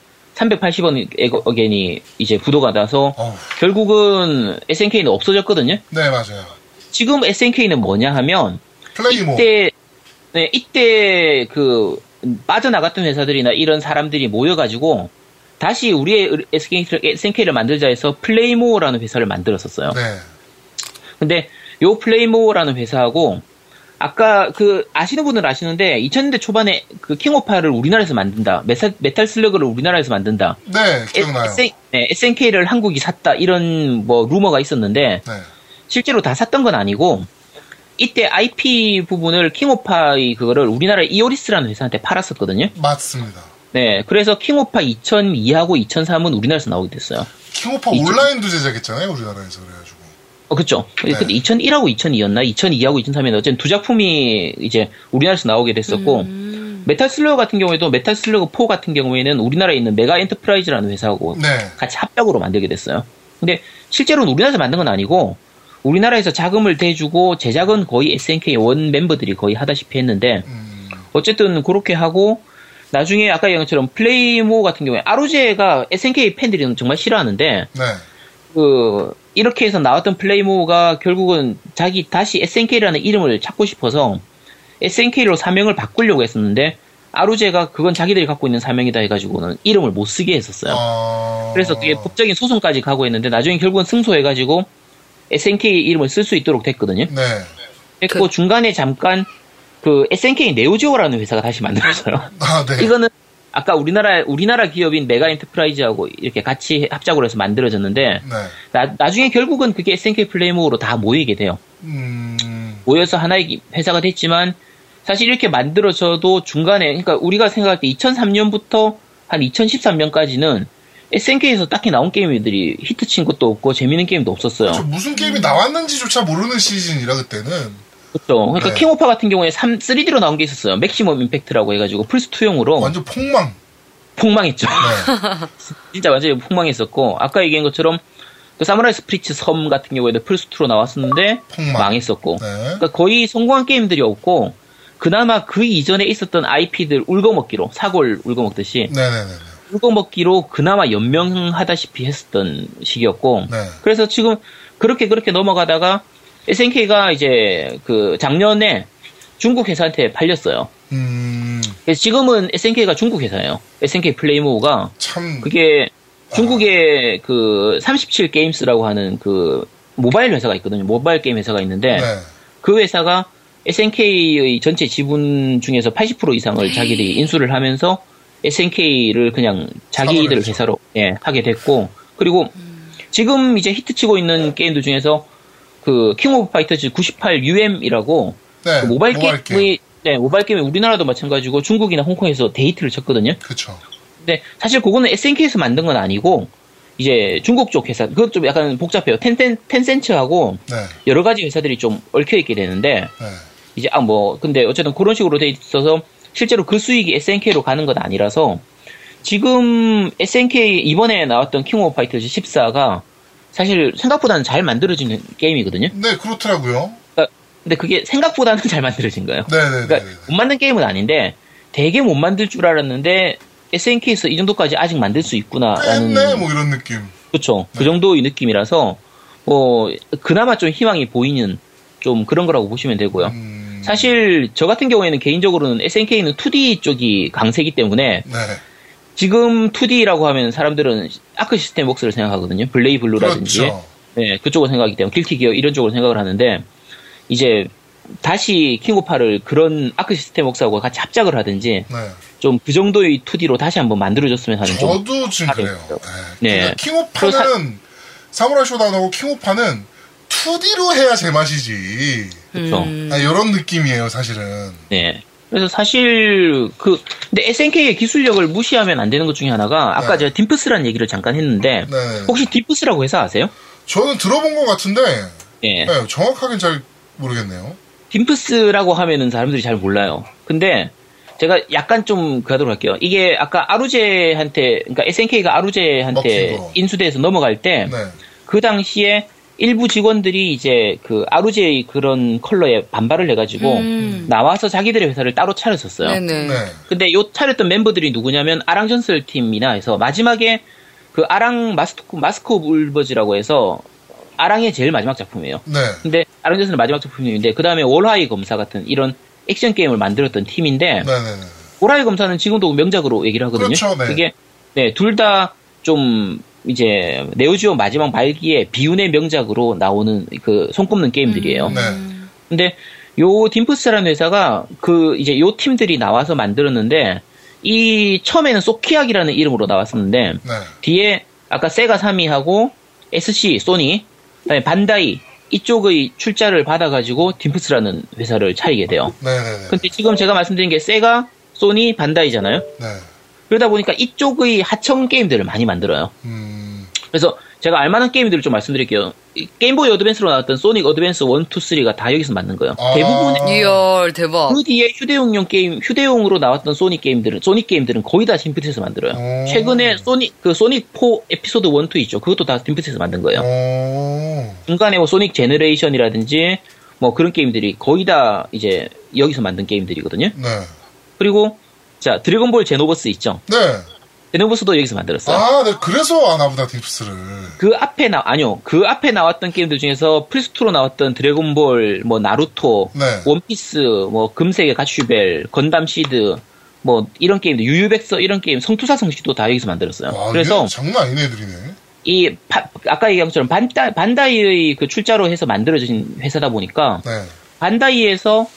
S2: 380억 엔이 이제 부도가 나서
S1: 어우.
S2: 결국은 SNK는 없어졌거든요.
S1: 네, 맞아요.
S2: 지금 SNK는 뭐냐 하면
S1: 플레이모. 뭐.
S2: 이때 네, 이때 그 빠져나갔던 회사들이나 이런 사람들이 모여가지고 다시 우리의 SNK를 만들자 해서 플레이모어라는 회사를 만들었었어요.
S1: 네.
S2: 근데 요 플레이모어라는 회사하고 아까 그 아시는 분은 아시는데 2000년대 초반에 그 킹오파를 우리나라에서 만든다. 메탈, 메탈 슬러그를 우리나라에서 만든다.
S1: 네, 기억나요.
S2: SNK를 한국이 샀다. 이런 뭐 루머가 있었는데
S1: 네.
S2: 실제로 다 샀던 건 아니고 이때 IP 부분을 킹오파의 그거를 우리나라 이오리스라는 회사한테 팔았었거든요.
S1: 맞습니다.
S2: 네. 그래서 킹오파 2002하고 2003은 우리나라에서 나오게 됐어요.
S1: 킹오파
S2: 이쪽.
S1: 온라인도 제작했잖아요, 우리나라에서 그래가지고.
S2: 어, 그쵸.
S1: 네.
S2: 근데 2001하고 2002였나? 2002하고 2003이 어쨌든 두 작품이 이제 우리나라에서 나오게 됐었고, 메탈 슬러그 같은 경우에도 메탈 슬러그 4 같은 경우에는 우리나라에 있는 메가 엔터프라이즈라는 회사하고
S1: 네.
S2: 같이 합작으로 만들게 됐어요. 근데 실제로는 우리나라에서 만든 건 아니고, 우리나라에서 자금을 대주고 제작은 거의 SNK 원 멤버들이 거의 하다시피 했는데,
S1: 음,
S2: 어쨌든 그렇게 하고, 나중에 아까 얘기한 것처럼 플레이모 같은 경우에 아로제가 SNK 팬들이 정말 싫어하는데,
S1: 네.
S2: 그 이렇게 해서 나왔던 플레이모가 결국은 자기 다시 SNK라는 이름을 찾고 싶어서 SNK로 사명을 바꾸려고 했었는데 아루제가 그건 자기들이 갖고 있는 사명이다 해가지고는 이름을 못 쓰게 했었어요.
S1: 어...
S2: 그래서 그게 법적인 소송까지 가고 있는데 나중에 결국은 승소해가지고 SNK 이름을 쓸 수 있도록 됐거든요.
S1: 네.
S2: 됐고 중간에 잠깐 그 SNK 네오지오라는 회사가 다시 만들어져요.
S1: 아, [laughs] 네.
S2: 이거는 아까 우리나라 우리나라 기업인 메가 엔터프라이즈하고 이렇게 같이 합작으로 해서 만들어졌는데
S1: 네.
S2: 나, 나중에 결국은 그게 SNK 플레이모로 다 모이게 돼요.
S1: 음,
S2: 모여서 하나의 기- 회사가 됐지만 사실 이렇게 만들어져도 중간에 그러니까 우리가 생각할 때 2003년부터 한 2013년까지는 SNK에서 딱히 나온 게임들이 히트친 것도 없고 재미있는 게임도 없었어요.
S1: 저 무슨 게임이 나왔는지조차 모르는 시즌이라 그때는.
S2: 그렇죠. 그러니까
S1: 네.
S2: 킹오파 같은 경우에 3, 3D로 나온 게 있었어요. 맥시멈 임팩트라고 해가지고 플스2용으로
S1: 완전 폭망.
S2: 폭망했죠.
S1: 네.
S2: 진짜 완전히 폭망했었고 아까 얘기한 것처럼 그 사무라이 스프리츠 섬 같은 경우에도 플스2로 나왔었는데
S1: 폭망.
S2: 망했었고
S1: 네.
S2: 그러니까 거의 성공한 게임들이 없고 그나마 그 이전에 있었던 IP들 울거먹기로 사골 울거먹듯이
S1: 네네네.
S2: 울거먹기로 그나마 연명하다시피 했었던 시기였고
S1: 네.
S2: 그래서 지금 그렇게 그렇게 넘어가다가 SNK가 이제 그 작년에 중국 회사한테 팔렸어요.
S1: 음,
S2: 그래서 지금은 SNK가 중국 회사예요. SNK 플레이모가
S1: 참.
S2: 그게 중국의 그 37 게임스라고 하는 그 모바일 회사가 있거든요. 모바일 게임 회사가 있는데
S1: 네.
S2: 그 회사가 SNK의 전체 지분 중에서 80% 이상을 자기들이 인수를 하면서 SNK를 그냥 자기들
S1: 음. 사버렸죠.
S2: 회사로 예, 하게 됐고 그리고 지금 이제 히트치고
S1: 네.
S2: 있는 게임들 중에서 그 킹 오브 파이터즈 98 UM이라고 그
S1: 네.
S2: 모바일
S1: 모바일
S2: 게임이 네, 모바일 게임이 우리나라도 마찬가지고 중국이나 홍콩에서 데이트를 쳤거든요.
S1: 그쵸.
S2: 근데 사실 그거는 SNK에서 만든 건 아니고 이제 중국 쪽 회사 그것 좀 약간 복잡해요. 텐센 텐센츠하고
S1: 네.
S2: 여러 가지 회사들이 좀 얽혀 있게 되는데
S1: 네.
S2: 이제 아 뭐 근데 어쨌든 그런 식으로 돼 있어서 실제로 그 수익이 SNK로 가는 건 아니라서 지금 SNK 이번에 나왔던 킹 오브 파이터즈 14가 사실 생각보다는 잘 만들어진 게임이거든요.
S1: 네, 그렇더라고요.
S2: 그러니까 근데 그게 생각보다는 [laughs] 잘 만들어진 거예요.
S1: 네네네.
S2: 그러니까
S1: 네.
S2: 못 만든 게임은 아닌데 되게 못 만들 줄 알았는데 SNK에서 이 정도까지 아직 만들 수 있구나라는
S1: 네, 뭐 네. 이런 느낌.
S2: 그렇죠. 그 정도의 느낌이라서 뭐 그나마 좀 희망이 보이는 좀 그런 거라고 보시면 되고요.
S1: 음,
S2: 사실 저 같은 경우에는 개인적으로는 SNK는 2D 쪽이 강세기 때문에
S1: 네.
S2: 지금 2D라고 하면 사람들은 아크 시스템 웍스를 생각하거든요. 블레이 블루라든지
S1: 그렇죠.
S2: 네, 그쪽을 생각하기 때문에 길티 기어 이런 쪽으로 생각을 하는데 이제 다시 킹오파를 그런 아크 시스템 웍스하고 같이 합작을 하든지
S1: 네.
S2: 좀 그 정도의 2D로 다시 한번 만들어줬으면 하는 아, 좀
S1: 저도 지금
S2: 다른
S1: 그래요.
S2: 거죠.
S1: 네.
S2: 네.
S1: 그러니까 킹오파는 사무라이 쇼다운하고 킹오파는 2D로 해야 제맛이지.
S2: 그렇죠.
S3: 음.
S1: 아, 이런 느낌이에요, 사실은.
S2: 네. 그래서 사실 그 근데 SNK의 기술력을 무시하면 안 되는 것 중에 하나가 아까
S1: 네.
S2: 제가 딤프스라는 얘기를 잠깐 했는데
S1: 네.
S2: 혹시 딤프스라고 회사 아세요?
S1: 저는 들어본 것 같은데
S2: 예.
S1: 네, 정확하긴 잘 모르겠네요.
S2: 딤프스라고 하면은 사람들이 잘 몰라요. 근데 제가 약간 좀 그하도록 할게요. 이게 아까 아루제한테, 그러니까 SNK가 아루제한테
S1: 먹힌 거.
S2: 인수돼서 넘어갈 때,
S1: 네.
S2: 그 당시에 일부 직원들이 이제 그 아루제의 그런 컬러에 반발을 해가지고
S3: 음.
S2: 나와서 자기들의 회사를 따로 차렸었어요.
S3: 네네.
S1: 네.
S2: 근데 요 차렸던 멤버들이 누구냐면 아랑 전설 팀이나 해서 마지막에 그 아랑 마스코 마스코 울버즈라고 해서 아랑의 제일 마지막 작품이에요.
S1: 네.
S2: 근데 아랑 전설은 마지막 작품인데 그 다음에 월하이 검사 같은 이런 액션 게임을 만들었던 팀인데
S1: 네네네.
S2: 오라이 검사는 지금도 명작으로 얘기를 하거든요.
S1: 그렇죠, 네.
S2: 게 네, 둘 다 좀 이제 네오지오 마지막 말기에 비운의 명작으로 나오는 그 손꼽는 게임들이에요.
S1: 네.
S2: 근데 요 딤프스라는 회사가 그 이제 요 팀들이 나와서 만들었는데 이 처음에는 소키악이라는 이름으로 나왔었는데
S1: 네.
S2: 뒤에 아까 세가 3위하고 SC 소니 그다음에 반다이 이쪽의 출자를 받아가지고 딤프스라는 회사를 차리게 돼요.
S1: 네네네.
S2: 근데 지금 제가 말씀드린 게 세가, 소니, 반다이잖아요.
S1: 네.
S2: 그러다 보니까 이쪽의 하청 게임들을 많이 만들어요.
S1: 음.
S2: 그래서 제가 알만한 게임들을 좀 말씀드릴게요. 이 게임보이 어드밴스로 나왔던 소닉 어드밴스 1, 2, 3가 다 여기서 만든 거예요.
S1: 아.
S2: 대부분의
S3: 리얼 대박.
S1: 음.
S2: 그 뒤에 휴대용용 게임, 휴대용으로 나왔던 소닉 게임들은, 소닉 게임들은 거의 다 딤프트에서 만들어요.
S1: 오.
S2: 최근에 소닉, 그 소닉 4 에피소드 1, 2 있죠. 그것도 다 딤프트에서 만든 거예요.
S1: 어. 오.
S2: 중간에 뭐 소닉 제너레이션이라든지, 뭐 그런 게임들이 거의 다 이제 여기서 만든 게임들이거든요.
S1: 네.
S2: 그리고, 자, 드래곤볼 제노버스 있죠.
S1: 네.
S2: 제노버스도 여기서 만들었어요.
S1: 아, 네. 그래서 아나보다 딥스를.
S2: 그 앞에 나, 아니요. 그 앞에 나왔던 게임들 중에서 플스2로 나왔던 드래곤볼, 뭐, 나루토,
S1: 네.
S2: 원피스, 뭐, 금색의 가슈벨, 건담 시드, 뭐, 이런 게임들, 유유백서 이런 게임, 성투사 성씨도 다 여기서 만들었어요.
S1: 와,
S2: 그래서,
S1: 얘 장난 아닌 애들이네.
S2: 이, 파- 아까 얘기한 것처럼 반다, 반다이의 그 출자로 해서 만들어진 회사다 보니까,
S1: 네.
S2: 반다이에서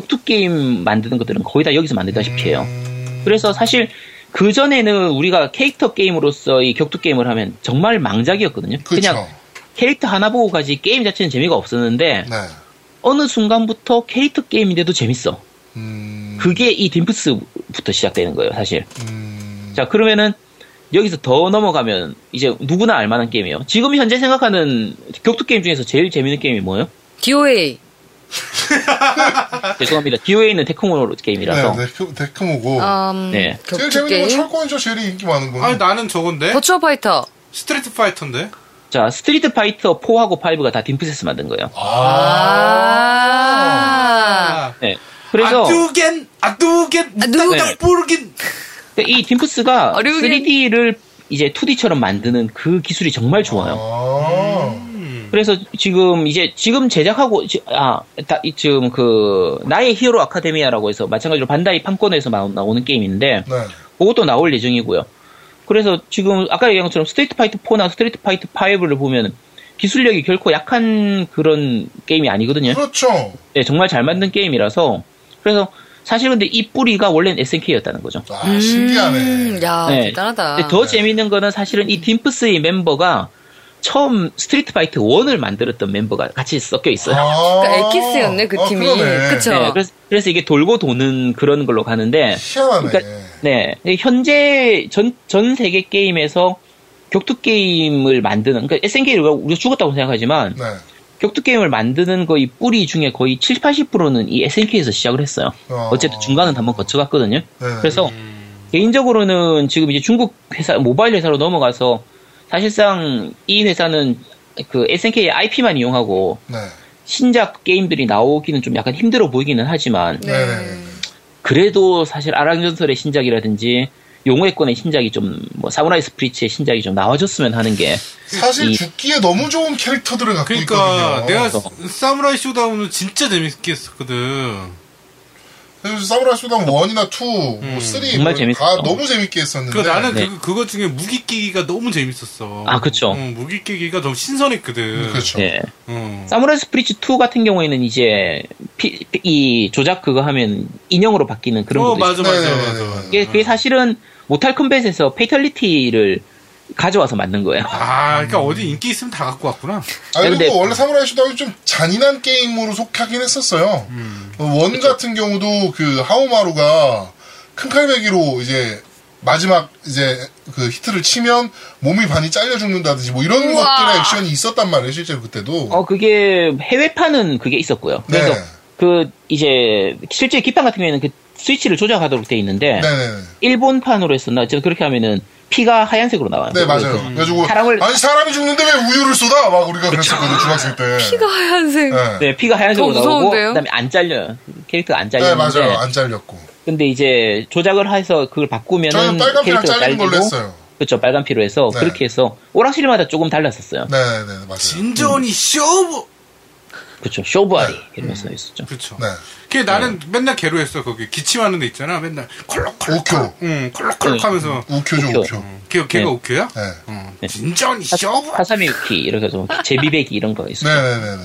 S2: 격투게임 만드는 것들은 거의 다 여기서 만들다시피 해요.
S1: 음.
S2: 그래서 사실, 그전에는 우리가 캐릭터 게임으로서 이 격투 게임을 하면 정말 망작이었거든요.
S1: 그쵸.
S2: 그냥 캐릭터 하나 보고까지 게임 자체는 재미가 없었는데
S1: 네.
S2: 어느 순간부터 캐릭터 게임인데도 재밌어.
S1: 음.
S2: 그게 이 딤프스부터 시작되는 거예요, 사실.
S1: 음.
S2: 자 그러면은 여기서 더 넘어가면 이제 누구나 알만한 게임이에요. 지금 현재 생각하는 격투 게임 중에서 제일 재밌는 게임이 뭐예요?
S3: DOA.
S2: 죄송합니다. DOA는 테크모노
S1: 네,
S2: 게임이라서. 네,
S1: 데크, 데크모고.
S3: 음,
S2: 네.
S1: 제일
S3: 격투
S1: 재밌는 건
S3: 게임.
S1: 철권이죠. 제일 인기 많은 건.
S4: 아, 아니 나는 저건데
S3: 버추어 파이터.
S4: 스트리트 파이터인데
S2: 자 스트리트 파이터 4하고 5가 다 딤프스에서 만든 거예요.
S3: 아.
S4: 아,
S2: 네. 그래서 네.
S4: 아두겐 아두겐
S3: 아두겐.
S4: 무당당 모르긴
S2: 이 딤프스가
S3: 어려우긴-
S2: 3D를 이제 2D처럼 만드는 그 기술이 정말 좋아요.
S1: 아.
S4: 음.
S2: 그래서 지금 이제 지금 제작하고 지- 아 다- 이- 지금 그 나의 히어로 아카데미아라고 해서 마찬가지로 반다이 판권에서 마- 나오는 게임인데
S1: 네.
S2: 그것도 나올 예정이고요. 그래서 지금 아까 얘기한 것처럼 스트리트 파이트 4나 스트리트 파이트 5를 보면 기술력이 결코 약한 그런 게임이 아니거든요.
S1: 그렇죠.
S2: 네, 정말 잘 만든 게임이라서 그래서 사실 근데 이 뿌리가 원래는 SNK였다는 거죠.
S1: 아,
S4: 음,
S1: 신기하네.
S3: 음, 야,
S2: 네.
S3: 대단하다.
S2: 근데 더 재밌는 거는 사실은 이 딤프스의 멤버가 처음 스트리트 파이트 1을 만들었던 멤버가 같이 섞여 있어요.
S1: 아.
S3: 그러니까 엑기스였네, 그
S1: 아,
S3: 팀이.
S1: 그러네.
S3: 그쵸?
S2: 네, 그래서, 그래서 이게 돌고 도는 그런 걸로 가는데,
S1: 희한하네.
S2: 그러니까- 네, 현재 전, 전 세계 게임에서 격투 게임을 만드는, 그러니까 SNK를 우리가 죽었다고 생각하지만,
S1: 네.
S2: 격투 게임을 만드는 거의 뿌리 중에 거의 70, 80%는 이 SNK에서 시작을 했어요.
S1: 어.
S2: 어쨌든 중간은 한번 거쳐갔거든요.
S1: 네.
S2: 그래서 개인적으로는 지금 이제 중국 회사, 모바일 회사로 넘어가서 사실상 이 회사는 그 SNK의 IP만 이용하고
S1: 네.
S2: 신작 게임들이 나오기는 좀 약간 힘들어 보이기는 하지만
S1: 네. 네.
S2: 그래도 사실 아랑전설의 신작이라든지 용호의 권의 신작이 좀 뭐 사무라이 스프리츠의 신작이 좀 나와줬으면 하는 게
S1: 사실
S2: 이-
S1: 죽기에 너무 좋은 캐릭터들을 갖고
S4: 그러니까
S1: 있거든요.
S4: 내가
S2: 그래서.
S4: 사무라이 쇼다운은 진짜 재밌게 했었거든
S1: 그래서 사무라이 쇼다운 1이나 2, 뭐 3,
S2: 정말
S1: 다
S2: 재밌었죠.
S1: 너무 재밌게 했었는데.
S4: 그 나는
S2: 네.
S4: 그, 그것 중에 무기 끼기가 너무 재밌었어
S2: 아, 그쵸.
S4: 응, 무기 끼기가 너무 신선했거든
S1: 그렇죠.
S2: 예.
S4: 응.
S2: 사무라이 스프리츠 2 같은 경우에는 이제 피- 피- 이 조작 그거 하면 인형으로 바뀌는 그런
S4: 어
S2: 것도
S4: 맞아 맞아
S1: 네네네.
S4: 맞아, 맞아.
S2: 이게 그게 사실은 모탈 컴뱃에서 페이탈리티를 가져와서 만든 거예요.
S4: 아 그러니까 어디 인기 있으면 다 갖고 왔구나
S1: 아, 그리고
S2: 근데-
S1: 원래 사무라이 쇼다운이 좀 잔인한 게임으로 속하긴 했었어요. 어, 원 같은 경우도 그 하우마루가 큰 칼배기로 이제 마지막 이제 그 히트를 치면 몸이 반이 잘려 죽는다든지 뭐 이런
S3: 우와.
S1: 것들의 액션이 있었단 말이에요, 실제로 그때도.
S2: 어 그게 해외판은 그게 있었고요. 그래서
S1: 네.
S2: 그 이제 실제 기판 같은 경우에는 그 스위치를 조작하도록 돼 있는데
S1: 네네네.
S2: 일본판으로 했었나? 저 그렇게 하면은 피가 하얀색으로 나와요. 음.
S1: 네, 맞아요. 그래가지고,
S2: 사람을-
S1: 아니, 사람이 죽는데 왜 우유를 쏟아? 막 우리가 그랬었거든요, 중학생 때.
S3: 피가 하얀색.
S1: 네. 네.
S2: 네, 피가 하얀색으로
S3: 더
S2: 나오고
S3: 무서운데요?
S2: 그다음에 안 잘려요. 네. 캐릭터가 안 잘렸는데
S1: 네, 맞아요. 안 잘렸고.
S2: 근데 이제 조작을 해서 그걸
S1: 저는
S2: 바꾸면은
S1: 빨간 피랑
S2: 캐릭터가
S1: 잘리는 걸로
S2: 잘리고
S1: 했어요.
S2: 그렇죠. 빨간 피로 해서
S1: 네.
S2: 그렇게 해서 오락실마다 조금 달랐었어요.
S1: 네네네, 맞아요.
S4: 진전이 쇼부.
S2: 그렇죠. 쇼부아리 이러면서 있었죠.
S4: 그렇죠.
S1: 네.
S4: 걔 나는 맨날 괴로했어 거기 기침하는 데 있잖아. 맨날 콜록콜록.
S1: 오쿄.
S4: 응, 콜록콜록
S2: 네.
S4: 하면서.
S1: 우쿄죠,
S2: 우쿄.
S1: 우쿄.
S4: 걔
S2: 네.
S4: 걔가 오케야?
S1: 네.
S4: 응. 진전이
S2: 사-
S4: 쇼부.
S2: 사사미유키 이렇게 좀 제비배기 이런 거 있어요.
S1: 네네네네.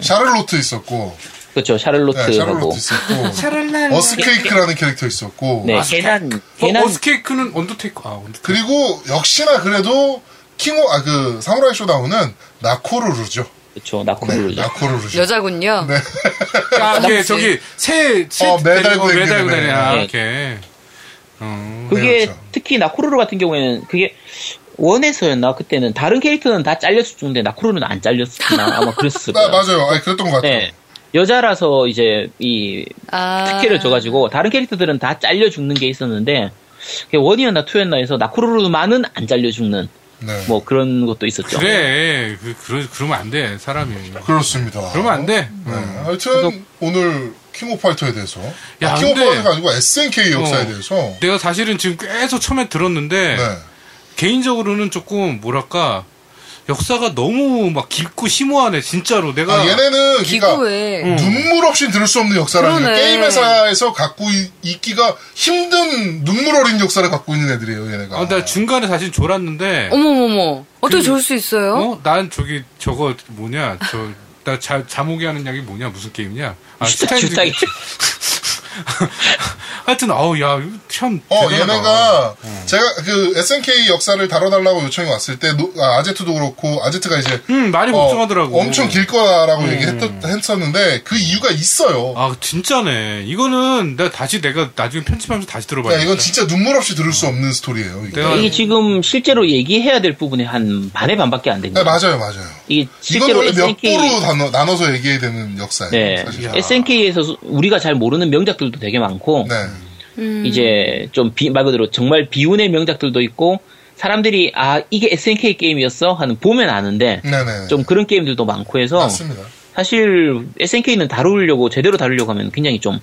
S1: 샤를로트 있었고,
S2: 그렇죠.
S1: 네,
S2: 샤를로트하고
S1: 샤를로트 있었고,
S4: 샤랄라.
S1: 어스케이크라는 캐릭터 있었고,
S2: 네,
S4: 아스케-
S2: 계단
S4: 어,
S2: 계단
S4: 어스케이크는 언더테이커. 아, 언더테이커.
S1: 그리고 역시나 그래도 킹오 아 그 사무라이 쇼다운은 나코루루죠.
S2: 그렇죠.
S1: 네,
S2: 나코루죠.
S1: 나코루루죠.
S3: 여자군요.
S1: 네.
S4: 아, 걔 저기 새, 새
S1: 어, 매달고
S4: 데리고 매달고
S1: 다니는
S4: 다니냐.
S2: 애.
S4: 걔. 어.
S2: 그게
S1: 그렇죠.
S2: 특히 나코루루 같은 경우에는 그게 원에서였나 그때는 다른 캐릭터는 다 잘렸을 정도인데 나코루루는 안 잘렸었나 아마
S1: [laughs]
S2: 그랬을
S1: 아,
S2: 거예요.
S1: 맞아요. 아 그랬던 것 같아요.
S2: 네. 여자라서 이제 이
S3: 아.
S2: 특혜를 줘가지고 다른 캐릭터들은 다 잘려 죽는 게 있었는데 그게 원이었나 투였나 해서 나코루루만은 안 잘려 죽는
S1: 네.
S2: 뭐 그런 것도 있었죠.
S4: 그래. 그, 그러, 그러면 안 돼, 사람이.
S1: 그렇습니다.
S4: 그러면 안 돼. 음.
S1: 네. 하여튼 오늘 킹 오브 파이터에 대해서
S4: 야,
S1: 킹 오브
S4: 근데-
S1: 파이터가 아니고 SNK 역사에
S4: 어.
S1: 대해서
S4: 내가 사실은 지금 계속 처음에 들었는데
S1: 네.
S4: 개인적으로는 조금 뭐랄까 역사가 너무 막 깊고 심오하네 진짜로 내가
S1: 아, 얘네는 그러니까
S3: 기구에.
S4: 음.
S1: 눈물 없이 들을 수 없는 역사라는
S3: 그러네.
S1: 게 게임 회사에서 갖고 있- 있기가 힘든 눈물 어린 역사를 갖고 있는 애들이에요, 얘네가.
S4: 아, 나 중간에 사실 졸았는데
S3: 어머머머. 어떻게
S4: 그-
S3: 저럴 수 있어요?
S4: 어? 난 저기 저거 뭐냐 저 나 자모기 하는 약이 뭐냐 무슨 게임이냐 아
S2: 주타-
S4: 스탠드-
S2: 주타기.
S4: [laughs] 하여튼 아우 야참
S1: 어, 얘네가 제가 그 SNK 역사를 다뤄달라고 요청이 왔을 때 노- 아, 제트도 그렇고 아제트가 이제
S4: 음 많이
S1: 어,
S4: 걱정하더라고 음.
S1: 엄청 길 거라고 얘기했었는데 그 이유가 있어요.
S4: 아 진짜네 이거는 나 다시 내가 나중에 편집하면서 다시 들어봐야
S1: 야, 그러니까 이건 진짜 눈물 없이 들을 수 없는 스토리예요. 이거.
S4: 내가
S2: 이게 지금 실제로 얘기해야 될 부분의 한 반의 반밖에 안 됩니다.
S1: 네, 맞아요, 맞아요.
S2: 이게
S1: 이건
S2: 실제로
S1: 원래 몇
S2: SNK
S1: 부로 나눠, 나눠서 얘기해야 되는 역사예요.
S2: 네.
S1: 사실.
S2: SNK에서 우리가 잘 모르는 명작들도 되게 많고
S1: 네.
S2: 이제 좀 말 그대로 정말 비운의 명작들도 있고 사람들이 아 이게 SNK 게임이었어 하는 보면 아는데
S1: 네네.
S2: 좀 그런 게임들도 많고 해서
S1: 음. 맞습니다.
S2: 사실 SNK는 다루려고 제대로 다루려고 하면 굉장히 좀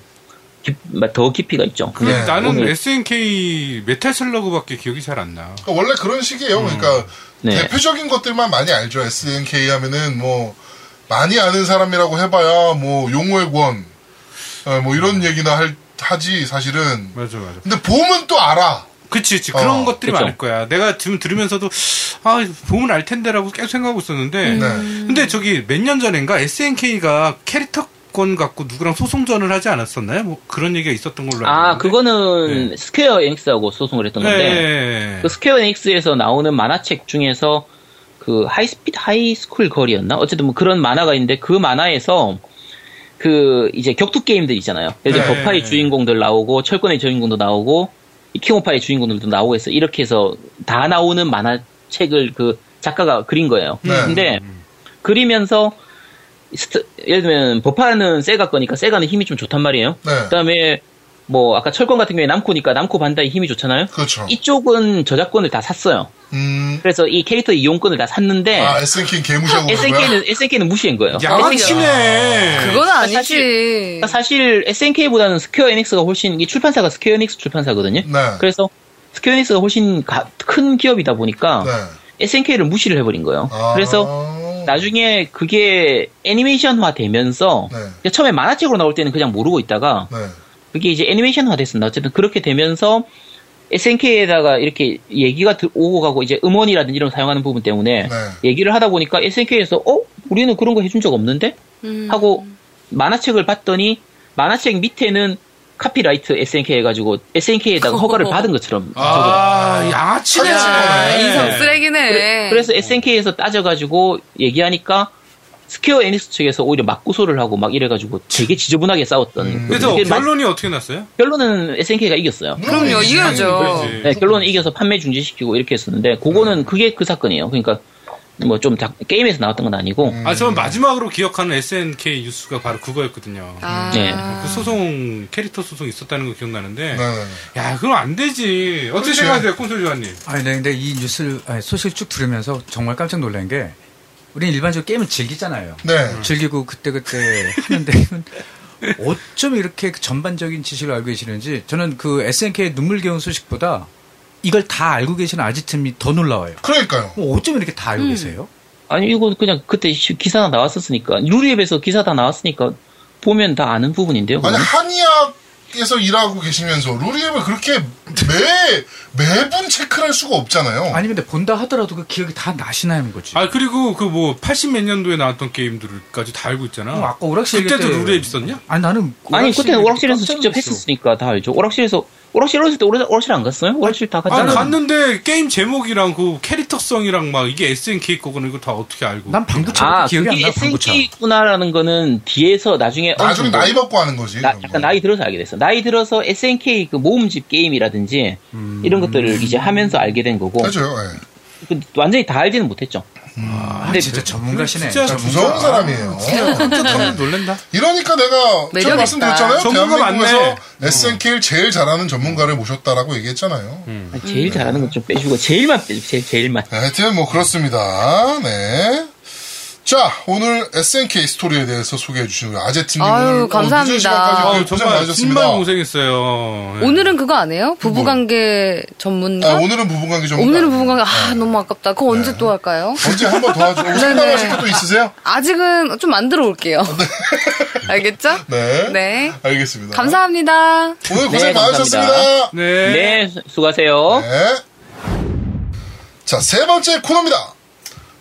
S2: 더 깊이가 있죠.
S4: 근데
S1: 네,
S4: 나는
S2: 오늘-
S4: SNK 메탈 슬러그밖에 기억이 잘 안 나.
S1: 그러니까 원래 그런 식이에요. 그러니까
S2: 네.
S1: 대표적인 것들만 많이 알죠. SNK 하면은 뭐 많이 아는 사람이라고 해봐야 뭐 용호의 권, 어, 뭐 이런
S2: 음.
S1: 얘기나 할- 하지 사실은.
S4: 맞아 맞아.
S1: 근데 보면 또 알아.
S4: 그치, 그치. 그런
S1: 어,
S4: 것들이
S2: 그쵸.
S4: 많을 거야. 내가 지금 들으면서도, 아, 보면 알 텐데라고 계속 생각하고 있었는데.
S2: 네.
S4: 근데 저기 몇 년 전인가 SNK가 캐릭터권 갖고 누구랑 소송전을 하지 않았었나요? 뭐 그런 얘기가 있었던 걸로 알고
S2: 아
S4: 있는데.
S2: 그거는 스퀘어 에닉스하고 소송을 했던
S4: 네,
S2: 건데
S4: 네.
S2: 그 스퀘어 에닉스에서 나오는 만화책 중에서 그 하이스피드 하이스쿨 거리였나? 어쨌든 뭐 그런 만화가 있는데 그 만화에서 그 이제 격투 게임들 있잖아요. 예를 들어
S4: 네.
S2: 버파이 주인공들 나오고 철권의 주인공도 나오고 이 킹오파의 주인공들도 나오고 해서 이렇게 해서 다 나오는 만화책을 그 작가가 그린 거예요.
S1: 네.
S2: 근데
S4: 음,
S2: 그리면서 스트- 예를 들면 버파는 세가 거니까 세가는 힘이 좀 좋단 말이에요.
S1: 네.
S2: 그다음에 뭐 아까 철권 같은 경우에 남코니까 남코 반다이 힘이 좋잖아요.
S1: 그렇죠.
S2: 이쪽은 저작권을 다 샀어요.
S1: 음.
S2: 그래서 이 캐릭터 이용권을 다 샀는데
S1: 아, SNK 는 개무시하고 그런 거야?
S2: SNK는 SNK는 무시한 거예요. 그러니까
S4: 양아치네.
S3: 그건 아니지.
S2: 사실- 사실 SNK보다는 스퀘어 에닉스가 훨씬 이 출판사가 스퀘어 에닉스 출판사거든요.
S1: 네.
S2: 그래서 스퀘어 에닉스가 훨씬 가- 큰 기업이다 보니까
S1: 네.
S2: SNK를 무시를 해버린 거예요.
S1: 아.
S2: 그래서 나중에 그게 애니메이션화 되면서
S1: 네.
S2: 처음에 만화책으로 나올 때는 그냥 모르고 있다가
S1: 네.
S2: 그게 이제 애니메이션화 됐습니다. 어쨌든 그렇게 되면서 SNK에다가 이렇게 얘기가 들- 오고 가고 이제 음원이라든지 이런 거 사용하는 부분 때문에
S1: 네.
S2: 얘기를 하다 보니까 SNK에서 어? 우리는 그런 거 해준 적 없는데?
S3: 음.
S2: 하고 만화책을 봤더니 만화책 밑에는 카피라이트 SNK 해가지고 SNK에다가
S3: 어.
S2: 허가를 받은 것처럼
S4: 아, 양아치네.
S3: 야,
S4: 정말.
S3: 인성 쓰레기네.
S2: 그래서 SNK에서 따져가지고 얘기하니까 스퀘어 애닉스 측에서 오히려 맞고소를 하고 막 이래가지고 되게 지저분하게 싸웠던
S4: 음. 그래서
S2: 이게 마-
S4: 결론이 어떻게 났어요?
S2: 결론은 SNK가 이겼어요.
S3: 그럼요,
S1: 물론이지.
S3: 이겨야죠.
S4: 그렇지.
S2: 네, 결론은 이겨서 판매 중지시키고 이렇게 했었는데 그거는 그게 그 사건이에요. 그러니까 뭐 좀 게임에서 나왔던 건 아니고
S4: 아, 저는 마지막으로 기억하는 SNK 뉴스가 바로 그거였거든요.
S3: 아.
S2: 네.
S4: 그 소송 캐릭터 소송 있었다는 거 기억나는데
S1: 네네네.
S4: 야 그럼 안 되지 어떻게
S1: 그렇죠.
S4: 생각하세요 콘솔 조아님
S5: 아니, 네, 근데 이 뉴스를, 아니, 소식을 쭉 들으면서 정말 깜짝 놀란 게, 우린 일반적으로 게임을 즐기잖아요.
S1: 네.
S5: 즐기고 그때그때
S2: [laughs]
S5: 하는데, 어쩜 이렇게 그 전반적인 지식을 알고 계시는지, 저는 그 SNK의 눈물겨운 소식보다 이걸 다 알고 계시는 아지트님이 더 놀라워요.
S1: 그러니까요.
S5: 뭐 어쩜 이렇게 다 알고
S3: 음.
S5: 계세요?
S2: 아니 이거 그냥 그때 시- 기사가 나왔었으니까 루리앱에서 기사 다 나왔으니까 보면 다 아는 부분인데요.
S1: 아니
S2: 그거는.
S1: 한의학에서 일하고 계시면서 루리앱을 그렇게 매 매분 체크할 를 수가 없잖아요.
S5: 아니, 근데 본다 하더라도 그 기억이 다 나시나요, 거지.
S4: 아 그리고 그 뭐 80 몇 년도에 나왔던 게임들까지 다 알고 있잖아
S5: 어, 아까 오락실 얘기할
S4: 그때도
S5: 때-
S4: 룰에 있었냐
S5: 아니, 나는.
S2: 아니 그때는 오락실에서
S5: 깜짝
S2: 직접
S5: 놀랐어.
S2: 했었으니까 다 알죠. 오락실에서 오락실 어렸을 때 오락- 오락실 안 갔어요? 오락실 다
S4: 아
S2: 갔잖아요.
S4: 갔는데 게임 제목이랑 그 캐릭터성이랑 막 이게 SNK 거구나 이거 다 어떻게 알고
S5: 난 방구차
S2: 아,
S5: 아, 기억이 안
S2: 그게
S5: 나, 방구차.
S2: SNK구나라는 거는 뒤에서 나중에 어느
S1: 나중에
S2: 정도
S1: 나이 먹고 하는 거지.
S2: 나-
S1: 그런 거.
S2: 약간 나이 들어서 알게 됐어. 나이 들어서 SNK 그 모음집 게임이라든지 이런 것들을 이제 하면서 알게 된 거고
S1: 그죠. 예.
S2: 그 완전히 다 알지는 못했죠.
S5: 아,
S2: 근데
S5: 진짜 전문가시네.
S2: 그렇죠.
S4: 진짜
S1: 진짜 무서운 사람이에요.
S3: [laughs]
S4: 깜짝 놀란다
S1: 이러니까 내가
S3: 매력
S1: 제가
S3: 있다.
S1: 말씀드렸잖아요.
S4: 전문가
S1: 대한민국에서
S4: 맞네. 음.
S1: SNK를 제일 잘하는 전문가를 모셨다라고 얘기했잖아요.
S4: 음.
S2: 아니, 제일 잘하는 건 좀 빼주고 제일만 빼주 제일 제일만.
S1: 네, 하여튼 뭐 그렇습니다. 네. 자, 오늘 SNK 스토리에 대해서 소개해 주신 우리 어, 아제트님
S3: 아유,
S1: 오늘
S3: 감사합니다.
S1: 늦은 시간까지
S4: 아,
S1: 오늘 그 고생
S4: 정말
S1: 많으셨습니다.
S4: 정말 고생했어요 예.
S3: 오늘은 그거 안 해요? 부부관계 전문가?
S1: 아, 오늘은 네. 부부관계 좀
S3: 어? 오늘은 부부관계 아 너무 아깝다. 그거
S1: 네.
S3: 언제 또 할까요?
S1: 언제 한 번 더
S3: [laughs]
S1: 하죠. 혹시
S3: 네네.
S1: 생각하실 것도 있으세요?
S3: 아직은 좀 만들어 올게요. [laughs] 알겠죠?
S1: 네.
S3: 네.
S1: 알겠습니다.
S3: 감사합니다.
S1: 오늘 고생
S2: 네, 감사합니다.
S1: 많으셨습니다.
S4: 네.
S2: 네, 수- 수고하세요.
S1: 네. 자, 세 번째 코너입니다.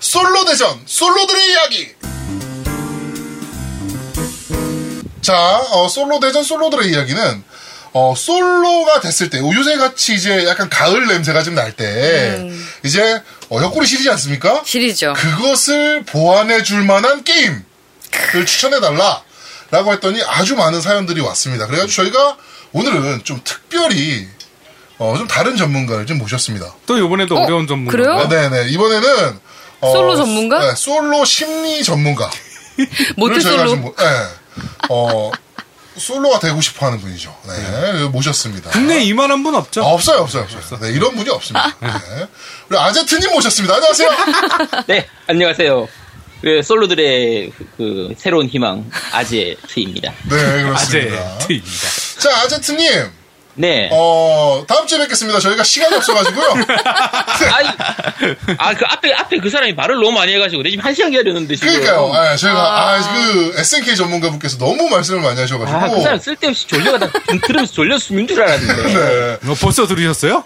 S1: 솔로 대전, 솔로들의 이야기! 자, 어, 솔로 대전, 솔로들의 이야기는, 어, 솔로가 됐을 때, 요새 같이 이제 약간 가을 냄새가 좀 날 때, 이제, 어, 옆구리 시리지 않습니까?
S3: 시리죠.
S1: 그것을 보완해 줄 만한 게임을 추천해 달라. 라고 했더니 아주 많은 사연들이 왔습니다. 그래가지고 저희가 오늘은 좀 특별히 어, 좀 다른 전문가를 좀 모셨습니다.
S4: 또 이번에도
S3: 어,
S4: 어? 려운 전문가
S3: 그래요?
S1: 아, 네네. 이번에는 어,
S3: 솔로 전문가?
S1: 네, 솔로 심리 전문가.
S3: 모태 솔로.
S1: 모, 네. 어, 솔로가 되고 싶어 하는 분이죠. 네. 모셨습니다.
S4: 국내 에 이만한 분 없죠
S1: 아, 없어요, 없어요, 없어요. 네, 이런 분이 없습니다. 네. 우리 아제트님 모셨습니다. 안녕하세요.
S2: 네, 안녕하세요. 예, 솔로들의 그 새로운 희망 아제트입니다.
S1: 네,
S4: 아재
S1: 그렇습니다.
S4: [laughs] 트입니다
S1: 자, 아제트님.
S2: 네.
S1: 어, 다음 주에 뵙겠습니다. 저희가 시간이 없어가지고요.
S2: 아이, 아, 그 앞에, 앞에 그 사람이 말을 너무 많이 해가지고, 내 지금 한 시간 기다렸는데, 지금.
S1: 그러니까요. 예, 저희가, 아, 그, SNK 전문가분께서 너무 말씀을 많이 하셔가지고.
S2: 아, 그 사람 쓸데없이 졸려가다, 들으면서 졸려 숨는 줄 알았는데.
S1: 네.
S4: 어, 벌써 들으셨어요?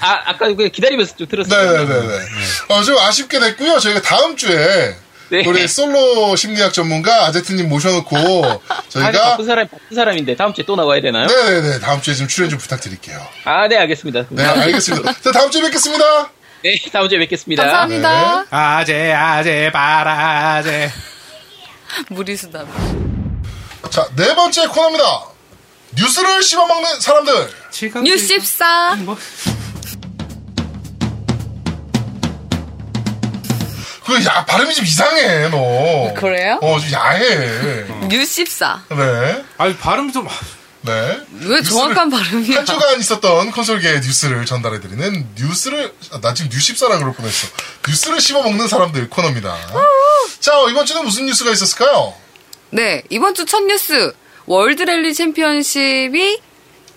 S2: 아, 아까 그 기다리면서 좀 들었어요.
S1: 네네네. 어, 좀 아쉽게 됐고요. 저희가 다음 주에
S2: 네.
S1: 우리 솔로 심리학 전문가 아제트님
S2: [laughs]
S1: 모셔놓고
S2: 아니,
S1: 저희가
S2: 바쁜 사람이 바쁜 사람인데, 다음 주에 또 나와야 되나요?
S1: 그러니까. 네네네 다음 주에 좀 출연 좀 부탁드릴게요.
S2: 아, 네, 알겠습니다.
S1: 네 알겠습니다. 자 다음 주에 뵙겠습니다.
S2: 네, 다음 주에 뵙겠습니다.
S3: 감사합니다.
S1: 네.
S4: 아재 아재 바라제
S3: 무리수다.
S1: 자 네 번째 코너입니다. 뉴스를 씹어먹는 사람들.
S3: 뉴스 14.
S5: 뭐?
S1: 그 야 발음이 좀 이상해
S2: 아,
S1: 너.
S3: 그래요?
S1: 어좀 야해.
S3: 뉴스 14.
S1: 네.
S4: 아니 발음 좀
S1: 네.
S3: 왜 정확한 발음이야?
S1: 한 주간 있었던 콘솔계의 뉴스를 전달해드리는 뉴스를 아, 나 지금 뉴십사라 그럴 뻔했어 뉴스를 씹어먹는 사람들 코너입니다 자 어, 이번 주는 무슨 뉴스가 있었을까요?
S3: 네, 이번 주 첫 뉴스. 월드랠리 챔피언십이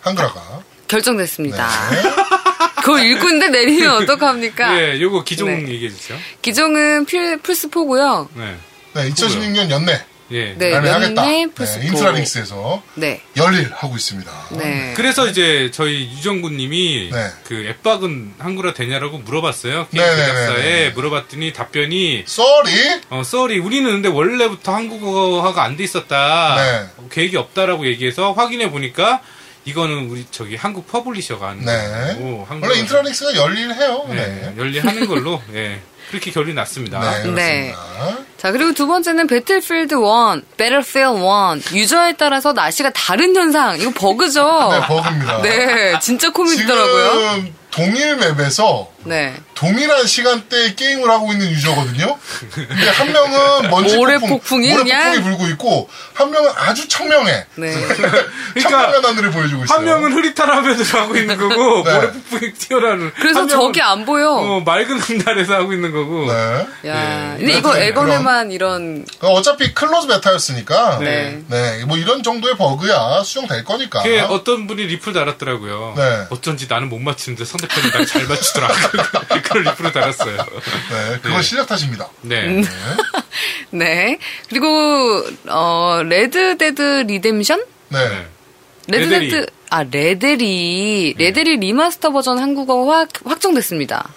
S1: 한글화가 네.
S3: 결정됐습니다. [laughs] 그걸 읽고 있는데 내리면 어떡합니까?
S4: 네, 요거 기종
S3: 네.
S4: 얘기해 주세요.
S3: 기종은 풀, 플스4고요.
S4: 네.
S1: 네, 2016년 연내
S4: 예.
S3: 네,
S1: 발매 하겠다
S3: 연내
S1: 네,
S3: 플스4.
S1: 인프라링스에서
S3: 네.
S1: 열일 하고 있습니다
S3: 네.
S4: 그래서 이제 저희 유정군 님이
S1: 네.
S4: 그 앱박은 한글화 되냐라고 물어봤어요. 게임
S1: 네, 네,
S4: 제작사에
S1: 네, 네.
S4: 물어봤더니 답변이
S1: 쏘리
S4: 어, 썰이 우리는 근데 원래부터 한국어가 안 돼 있었다.
S1: 네.
S4: 어, 계획이 없다라고 얘기해서 확인해 보니까 이거는 우리 저기 한국 퍼블리셔가 하는
S1: 네
S4: 거고 한국어가
S1: 원래 인프라링스가 열일 해요
S4: 네,
S1: 네,
S4: 열리하는 걸로 예. 그렇게 결론이 났습니다.
S1: 네,
S3: 네.
S1: 그렇습니다
S3: 자, 그리고 두 번째는 배틀필드 1, 배틀필드 1. 유저에 따라서 날씨가 다른 현상. [laughs] 이거 네, 버그죠? 아,
S1: 네, 버그입니다
S3: 네, 진짜 코믹이더라고요.
S1: 지금 동일 맵에서
S3: 네.
S1: 동일한 시간대에 게임을 하고 있는 유저거든요. 근데 한 명은 먼지
S3: 모래
S1: 폭풍,
S3: 폭풍이
S1: 모래
S3: 그냥?
S1: 폭풍이 불고 있고 한 명은 아주 [laughs] 청명해.
S3: 네.
S1: 청명한 하늘을 보여주고 있어요.
S4: 그러니까 한 명은 흐릿한 하면서 하고 있는 거고
S1: [laughs] 네.
S4: 모래 폭풍이 튀어나오는
S3: 그래서
S4: 한 명은,
S3: 저게 안 보여.
S4: 어, 맑은 날에서 하고 있는 거고
S1: 네.
S3: 야,
S4: 네.
S3: 근데 이거
S1: 그래서
S3: 에건에만 이런
S1: 어차피 클로즈 베타였으니까
S3: 네.
S1: 네, 뭐 이런 정도의 버그야 수용될 거니까.
S4: 그게 어떤 분이 리플 달았더라고요.
S1: 아. 네.
S4: 어쩐지 나는 못 맞추는데 상대편이 날 잘 맞추더라.
S1: [laughs]
S4: [laughs] 그걸 리플을 달았어요.
S1: 네, 그건 실력 탓입니다.
S4: 네.
S3: 네. 그리고 어 레드 데드 리뎀션?
S1: 네.
S4: 네.
S3: 레드
S4: 레데리.
S3: 데드 아 레데리
S1: 네.
S3: 레데리 리마스터 버전 한국어 확 확정됐습니다.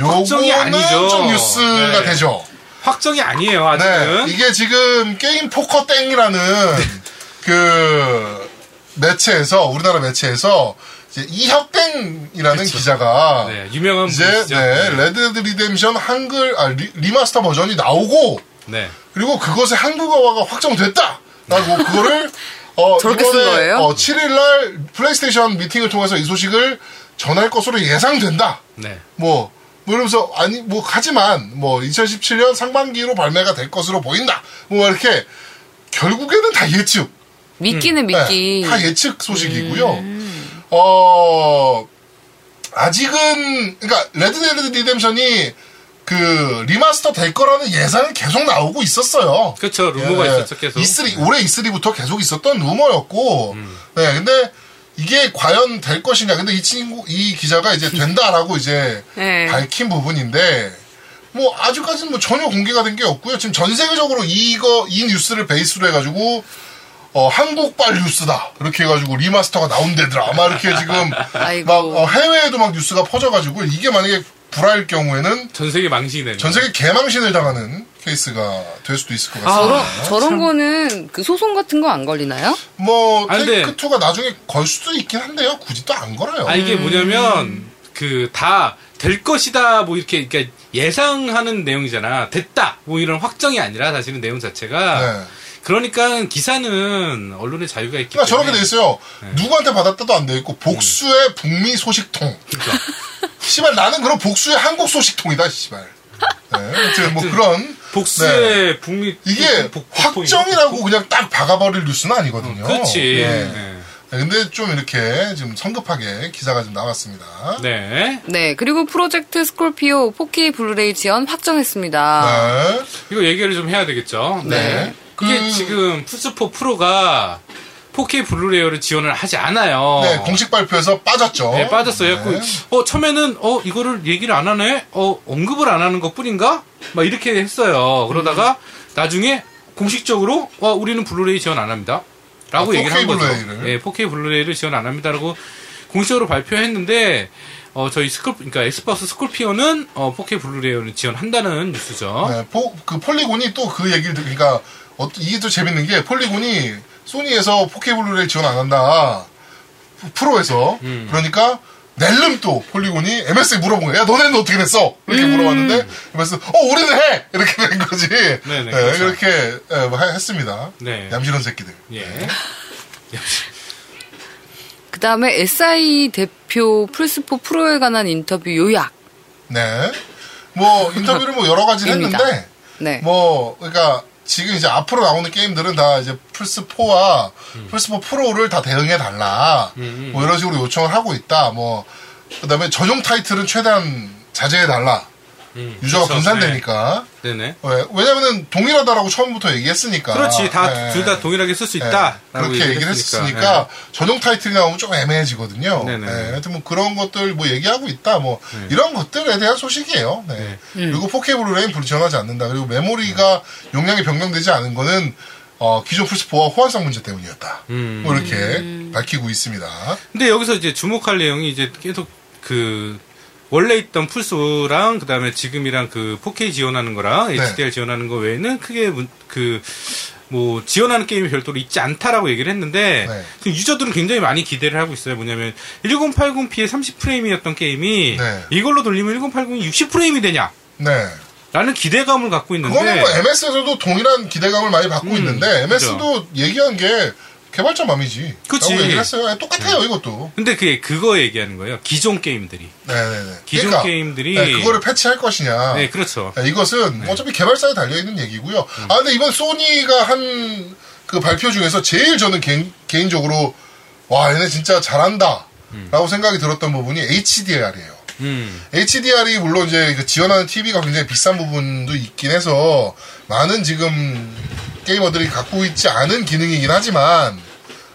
S4: 걱정이
S1: 요거는
S4: 아니죠.
S1: 좀 뉴스가
S4: 네.
S1: 되죠.
S4: 확정이 아니에요,
S1: 네,
S4: 아직은.
S1: 이게 지금 게임 포커 땡이라는 그 매체에서 우리나라 매체에서 이제 이혁 땡이라는 기자가
S4: 네, 유명한
S1: 이제
S4: 분이시죠.
S1: 네, 레드 데드 리뎀션 한글 아, 리, 리마스터 버전이 나오고
S4: 네.
S1: 그리고 그것의 한국어화가 확정됐다라고 그거를 어,
S3: 저렇게 쓴
S1: 이번에
S3: 거예요?
S1: 어, 7일날 플레이스테이션 미팅을 통해서 이 소식을 전할 것으로 예상된다.
S4: 네.
S1: 뭐, 뭐 이러면서, 아니, 뭐, 하지만, 뭐, 2017년 상반기로 발매가 될 것으로 보인다. 뭐, 이렇게, 결국에는 다 예측.
S3: 미끼는 미끼. 음.
S1: 네, 다 예측 소식이고요. 어, 아직은, 그러니까, 레드데드 리뎀션이 그, 리마스터 될 거라는 예상은 계속 나오고 있었어요.
S4: 그쵸, 그렇죠.
S1: 네. 예,
S4: 루머가 있었죠, 계속. 음.
S1: E3, E 올해 E3부터 계속 있었던 루머였고, 네, 근데, 이게 과연 될 것이냐. 근데 이 친구, 이 기자가 이제 된다라고
S4: [laughs]
S1: 이제
S3: 네.
S1: 밝힌 부분인데, 뭐, 아직까지는 뭐 전혀 공개가 된 게 없고요. 지금 전 세계적으로 이거, 이 뉴스를 베이스로 해가지고, 어, 한국발 뉴스다. 이렇게 해가지고 리마스터가 나온대더라. 아마 이렇게
S4: [laughs]
S1: 지금,
S3: 아이고.
S1: 막, 어, 해외에도 막 뉴스가 퍼져가지고, 이게 만약에 불화일 경우에는
S4: 전 세계 망신이 되는.
S1: 전 세계 개망신을 당하는 케이스가 될 수도 있을 것
S4: 아,
S1: 같습니다.
S3: 저런 저런 거는 그 소송 같은 거 안 걸리나요?
S1: 뭐,
S4: 아, 근데-
S1: 테이크2가 나중에 걸 수도 있긴 한데요. 굳이 또 안 걸어요.
S4: 아, 이게
S1: 음.
S4: 뭐냐면, 그, 다, 될 것이다, 뭐, 이렇게, 그러니까 예상하는 내용이잖아. 됐다! 뭐, 이런 확정이 아니라, 사실은 내용 자체가.
S1: 네.
S4: 그러니까, 기사는 언론의 자유가 있기
S1: 그러니까
S4: 때문에.
S1: 저렇게 돼 있어요.
S4: 네.
S1: 누구한테 받았다도 안 돼 있고 복수의
S4: 음.
S1: 북미 소식통.
S4: 그러니까.
S1: [laughs] 씨발 나는 그럼 복수의 한국 소식통이다. 씨발. 네, 아무튼 뭐 그런 네.
S4: 복수의 북미.
S1: 이게
S4: 복- 복-
S1: 확정이라고 그냥 딱 박아버릴 뉴스는 아니거든요.
S4: 그렇지.
S1: 네.
S4: 네.
S1: 네, 근데 좀 이렇게 지금 성급하게 기사가 좀 나왔습니다.
S4: 네.
S3: 네. 그리고 프로젝트 스콜피오 4K 블루레이 지원 확정했습니다.
S1: 네.
S4: 이거 얘기를 좀 해야 되겠죠.
S1: 네.
S4: 그게
S1: 그-
S4: 지금 플스4 프로가 4K 블루레이어를 지원을 하지 않아요.
S1: 네, 공식 발표에서 빠졌죠.
S4: 어. 네, 빠졌어요.
S1: 네.
S4: 그, 어, 처음에는, 어, 이거를 얘기를 안 하네? 어, 언급을 안 하는 것 뿐인가? 막 이렇게 했어요. 그러다가
S1: 음.
S4: 나중에 공식적으로, 와, 우리는 블루레이 지원 안 합니다. 라고
S1: 아,
S4: 얘기를 한
S1: 4K
S4: 거죠.
S1: 블루레이를.
S4: 네, 4K 블루레이를 지원 안 합니다라고 공식적으로 발표했는데, 어, 저희 스콜, 그러니까 엑스박스 스콜피오는, 어, 4K 블루레이를 지원한다는 뉴스죠.
S1: 네, 포, 그 폴리곤이 또 그 얘기를 듣- 그러니까 어, 이게 또 재밌는 게 폴리곤이 소니에서 4K 블루레이 지원 안 한다 프로에서 그러니까 낼름 또 폴리곤이 MS에 물어본 거야. 야, 너네는 어떻게 됐어? 이렇게 물어봤는데 MS 어 우리는 해 이렇게 된 거지. 네, 그
S4: 네네, 그렇죠.
S1: 렇게 예, 뭐 했습니다.
S4: 네.
S1: 얌시런 새끼들.
S4: 예.
S3: 그다음에 SI 대표 플스4 프로에 관한 인터뷰 요약.
S1: 네. 뭐 인터뷰를 뭐 여러 가지를
S3: [laughs] 입니다.
S1: 했는데
S3: 네.
S1: 뭐 그러니까 지금 이제 앞으로 나오는 게임들은 다 이제 플스 4와
S4: 음.
S1: 플스 4 프로를 다 대응해 달라 뭐 이런 식으로 요청을 하고 있다 뭐 그다음에 전용 타이틀은 최대한 자제해 달라
S4: 음,
S1: 유저가
S4: 그렇죠.
S1: 분산되니까
S4: 네. 네네.
S1: 왜- 왜냐면은 동일하다라고 처음부터 얘기했으니까
S4: 그렇지, 다,
S1: 네.
S4: 둘 다 동일하게 쓸 수
S1: 네.
S4: 있다. 라고 네.
S1: 그렇게 얘기를 했으니까 전용 타이틀이 나오면 좀 애매해지거든요.
S4: 네네. 네.
S1: 네, 하여튼 뭐 그런 것들 뭐 얘기하고 있다 뭐 이런 것들에 대한 소식이에요. 네. 그리고 4K 블루레인 불지원하지 않는다. 그리고 메모리가 용량이 변경되지 않은 거는 어, 기존 플스4와 호환성 문제 때문이었다.
S4: 음.
S1: 뭐 이렇게 밝히고 있습니다.
S4: 근데 여기서 이제 주목할 내용이 이제 계속 그 원래 있던 플스랑 그다음에 지금이랑 그 4K 지원하는 거랑
S1: 네.
S4: HDR 지원하는 거 외에는 크게 그 뭐 지원하는 게임이 별도로 있지 않다라고 얘기를 했는데
S1: 네.
S4: 지금 유저들은 굉장히 많이 기대를 하고 있어요. 뭐냐면 1080p에 30프레임이었던 게임이
S1: 네.
S4: 이걸로 돌리면 1080이 60프레임이 되냐라는
S1: 네.
S4: 기대감을 갖고 있는데
S1: 뭐
S4: 음,
S1: 그거는 뭐 MS에서도 동일한 기대감을 많이 받고 있는데 MS도 얘기한 게 개발자 맘이지.
S4: 그치. 네.
S1: 라고 얘기를 했어요. 아니, 똑같아요, 이것도.
S4: 근데 그게 그거 얘기하는 거예요. 기존 게임들이.
S1: 네네네.
S4: 기존
S1: 그러니까,
S4: 게임들이-
S1: 네, 그거를 패치할 것이냐.
S4: 네, 그렇죠.
S1: 네, 이것은 어차피 개발사에 달려있는 얘기고요.
S4: 음.
S1: 아, 근데 이번 소니가 한 그 발표 중에서 제일 저는 개인, 개인적으로 와, 얘네 진짜 잘한다. 라고 생각이 들었던 부분이 HDR이에요.
S4: 음.
S1: HDR이 물론 이제 그 지원하는 TV가 굉장히 비싼 부분도 있긴 해서 많은 지금 게이머들이 갖고 있지 않은 기능이긴 하지만,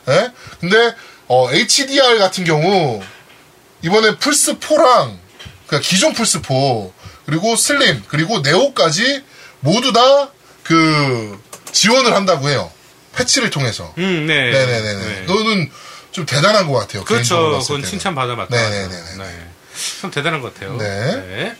S1: 예? 근데 어, HDR 같은 경우 이번에 플스 4랑 그 기존 플스 4 그리고 슬림 그리고 네오까지 모두 다 그 지원을 한다고 해요. 패치를 통해서.
S4: 음, 네.
S1: 네네네네. 그 너는 좀 대단한 것 같아요. 개인적으로
S4: 그렇죠.
S1: 봤을
S4: 그건
S1: 때는.
S4: 칭찬받아 맞다.
S1: 네네네네.
S4: 네. 참 대단한 것 같아요.
S1: 네.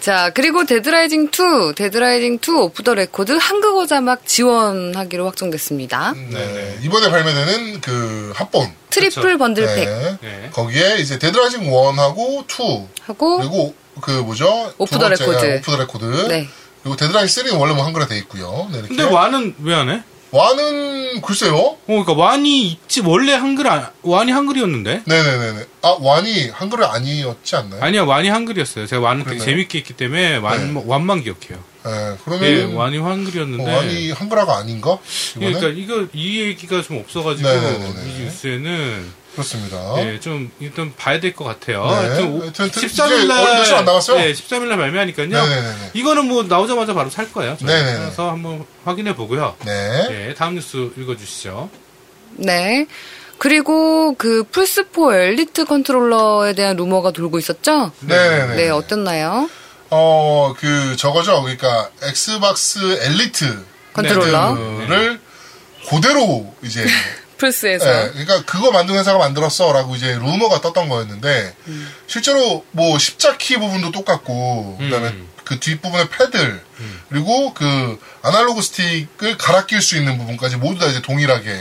S3: 자, 그리고 데드라이징 2, 데드라이징 2 오프 더 레코드 한국어 자막 지원하기로 확정됐습니다.
S1: 네, 이번에 발매되는 그 합본.
S3: 트리플
S4: 그쵸.
S3: 번들팩
S1: 네.
S4: 네.
S1: 거기에 이제 데드라이징 1하고 2
S3: 하고
S1: 그리고 그 뭐죠?
S3: 오프
S1: 두
S3: 더
S1: 번째,
S3: 레코드.
S1: 오프 더 레코드.
S3: 네.
S1: 그리고 데드라이징 3는 원래 뭐 한글화 돼 있고요. 네, 이렇게.
S4: 근데 와는 왜 안 해? 어,
S1: 와는 글쎄요.
S4: 그러니까 와니 있지 원래 한글 안 와니 한글이었는데.
S1: 네네네네. 아 와니 한글은 아니었지 않나요?
S4: 아니야 와니 한글이었어요. 제가 와는 되게
S1: 그랬나요?
S4: 재밌게 했기 때문에 완 완만 기억해요.
S1: 네,
S4: 예,
S1: 그러면
S4: 와니
S1: 어,
S4: 한글이었는데. 예,
S1: 와니 한글화가 아닌가? 이거는
S4: 그러니까 이거 이 얘기가 좀 없어가지고
S1: 네네네네.
S4: 이 뉴스에는
S1: 그렇습니다.
S4: 예, 좀 일단 봐야 될 것 같아요.
S1: 네.
S4: 하여튼
S1: 하여튼 트-
S4: 13일
S1: 이제 얼마
S4: 날
S1: 며칠 안 남았어요?
S4: 예, 13일 날 발매하니까요.
S1: 네네네네.
S4: 이거는 뭐 나오자마자 바로 살 거예요. 저희.
S1: 네네네.
S4: 그래서 한번 확인해 보고요.
S1: 네.
S4: 예, 다음 뉴스 읽어주시죠.
S3: 네. 그리고 그 플스4 엘리트 컨트롤러에 대한 루머가 돌고 있었죠?
S1: 네네네.
S3: 네, 어땠나요?
S1: 어, 그 저거죠. 그러니까 엑스박스 엘리트
S3: 컨트롤러.
S4: 네.
S1: 를 네, 그대로 이제
S3: 플스에서.
S1: 예, 그러니까 그거 만든 회사가 만들었어라고 이제 루머가 떴던 거였는데 실제로 뭐 십자키 부분도 똑같고 그다음에 그 뒷부분의 패들
S4: 음.
S1: 그리고 그 아날로그 스틱을 갈아 낄 수 있는 부분까지 모두 다 이제 동일하게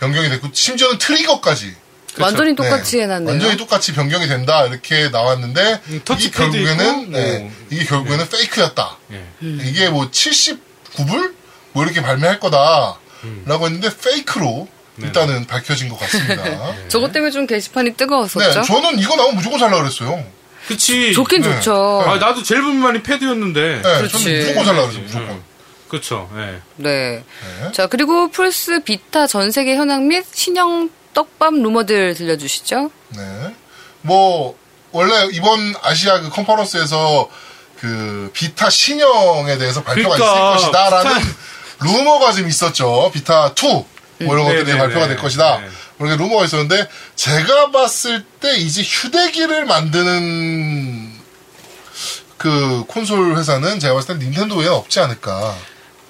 S1: 변경이 됐고 심지어는 트리거까지
S3: 완전히 똑같이
S1: 네,
S3: 해놨네요.
S1: 완전히 똑같이 변경이 된다 이렇게 나왔는데
S4: 음,
S1: 이게
S4: 터치패드
S1: 결국에는
S4: 있고,
S1: 네,
S4: 뭐.
S1: 이게 결국에는 페이크였다.
S4: 예.
S1: 이게 뭐 79불? 뭐 이렇게 발매할 거다. 라고 했는데 페이크로 일단은 밝혀진 것 같습니다. 네,
S3: 저것 때문에 좀 게시판이 뜨거웠었죠?
S1: 저는 이거 나오면 무조건 살라 그랬어요.
S4: 그치.
S3: 좋긴
S1: 네.
S3: 좋죠.
S4: 아, 나도 제일 불만이 패드였는데. 음,
S1: 네,
S3: 그렇지.
S1: 저는 무조건 살라 그랬어요, 무조건.
S4: 그쵸. 예.
S3: 네.
S1: 네.
S3: 자, 그리고 플스 비타 전 세계 현황 및 신형 떡밥 루머들 들려주시죠.
S1: 네. 뭐, 원래 이번 아시아 그 컨퍼런스에서 그 비타 신형에 대해서 발표가
S4: 그러니까,
S1: 있을 것이다라는 루머가 좀 있었죠. 비타 2. 뭐 이런
S4: 음.
S1: 것들이
S4: 네네네.
S1: 발표가 될 것이다.
S4: 네.
S1: 그렇게 루머가 있었는데 제가 봤을 때 이제 휴대기를 만드는 그 콘솔 회사는 제가 봤을 때 닌텐도 외에 없지 않을까.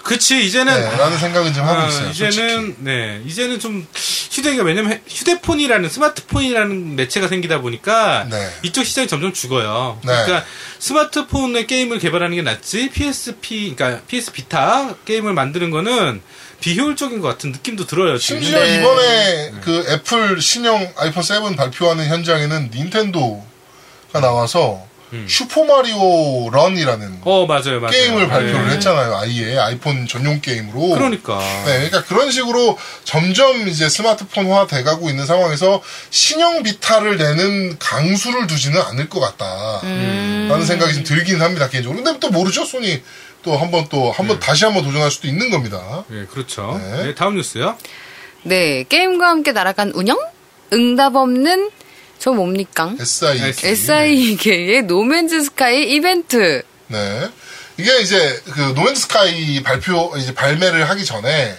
S4: 그치,
S1: 네,
S4: 이제는.
S1: 라는 생각은 좀 하고
S4: 아,
S1: 있어요.
S4: 이제는
S1: 솔직히.
S4: 네 이제는 좀 휴대가 왜냐면 해- 휴대폰이라는 스마트폰이라는 매체가 생기다 보니까
S1: 네.
S4: 이쪽 시장이 점점 죽어요.
S1: 네.
S4: 그러니까 스마트폰의 게임을 개발하는 게 낫지 PSP 그러니까 PS 비타 게임을 만드는 거는 비효율적인 것 같은 느낌도 들어요. 지금.
S1: 심지어
S3: 네.
S1: 이번에 그 애플 신형 아이폰 7 발표하는 현장에는 닌텐도가 나와서 슈퍼마리오 런이라는
S4: 음. 어 맞아요, 맞아요.
S1: 게임을 발표를
S4: 네.
S1: 했잖아요. 아예 아이폰 전용 게임으로.
S4: 그러니까
S1: 네, 그러니까 그런 식으로 점점 이제 스마트폰화 돼가고 있는 상황에서 신형 비타를 내는 강수를 두지는 않을 것 같다.
S4: 음.
S1: 라는 생각이 좀 들긴 합니다, 개인적으로. 근데 또 모르죠, 소니. 또 한 번 또, 한 번 다시 한 번 도전할 수도 있는 겁니다.
S4: 네, 그렇죠.
S1: 네.
S4: 네, 다음 뉴스요.
S3: 네. 게임과 함께 날아간 운영? 응답 없는 저 뭡니까?
S1: SIK.
S3: SIK의 노맨즈 스카이 이벤트.
S1: 네. 이게 이제 그 노맨즈 스카이 발표 이제 발매를 하기 전에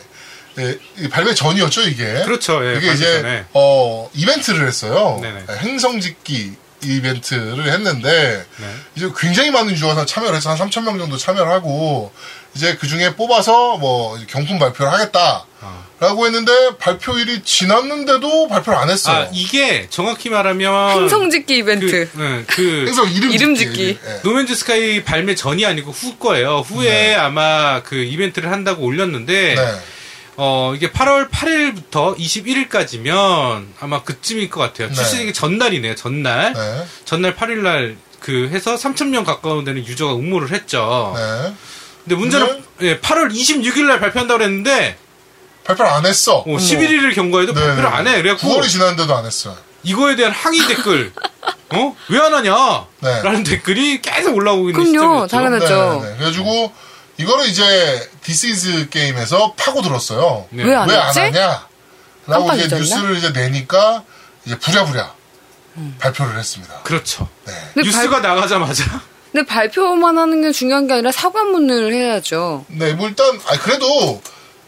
S1: 예, 이 발매 전이었죠 이게.
S4: 그렇죠, 예,
S1: 이게
S4: 발매
S1: 이제
S4: 전에.
S1: 어 이벤트를 했어요.
S4: 네네.
S1: 행성짓기 이벤트를 했는데
S4: 네.
S1: 이제 굉장히 많은 유저가 참여를 해서 한 3천 명 정도 참여를 하고 이제 그 중에 뽑아서 뭐 경품 발표를 하겠다.
S4: 아.
S1: 라고 했는데 발표일이 지났는데도 발표를 안 했어요.
S4: 아 이게 정확히 말하면
S3: 행성짓기 이벤트.
S4: 아, 그, 네, 그
S1: 행성 이름,
S3: 이름 짓기.
S1: 짓기. 예.
S4: 노맨즈 스카이 발매 전이 아니고 후 거예요. 후에 아마 그 이벤트를 한다고 올렸는데
S1: 네.
S4: 어 이게 8월 8일부터 21일까지면 아마 그쯤일 것 같아요.
S1: 네.
S4: 출시되기 전날이네요. 전날
S1: 네.
S4: 전날 8일 날그 해서 3천 명 가까운 되는 유저가 응모를 했죠.
S1: 네.
S4: 근데 문제는 예, 8월 26일 날 발표한다고 그랬는데
S1: 발표를 안 했어.
S4: 어, 11일을 경과해도
S1: 네.
S4: 발표를 안 해. 그래갖고
S1: 9월이 지났는데도 안 했어요.
S4: 이거에 대한 항의 댓글, 어? 왜 안 하냐?
S1: 네.
S4: 라는 댓글이 계속 올라오고 있는
S3: 그럼요,
S4: 시점이었죠.
S3: 당연하- 맞죠.
S1: 네, 네, 네. 그래가지고 이거를 이제 디시즈 게임에서 파고 들었어요.
S4: 네.
S3: 왜 안
S1: 왜 안
S3: 했지?
S1: 하냐? 라고
S3: 깜빡
S1: 이제
S3: 잊었나?
S1: 뉴스를 이제 내니까 이제 부랴부랴
S3: 음.
S1: 발표를 했습니다.
S4: 그렇죠.
S3: 근데
S4: 뉴스가 나가자마자 [laughs]
S3: 근데 발표만 하는 게 중요한 게 아니라 사과문을 해야죠.
S1: 네, 뭐 일단 아 그래도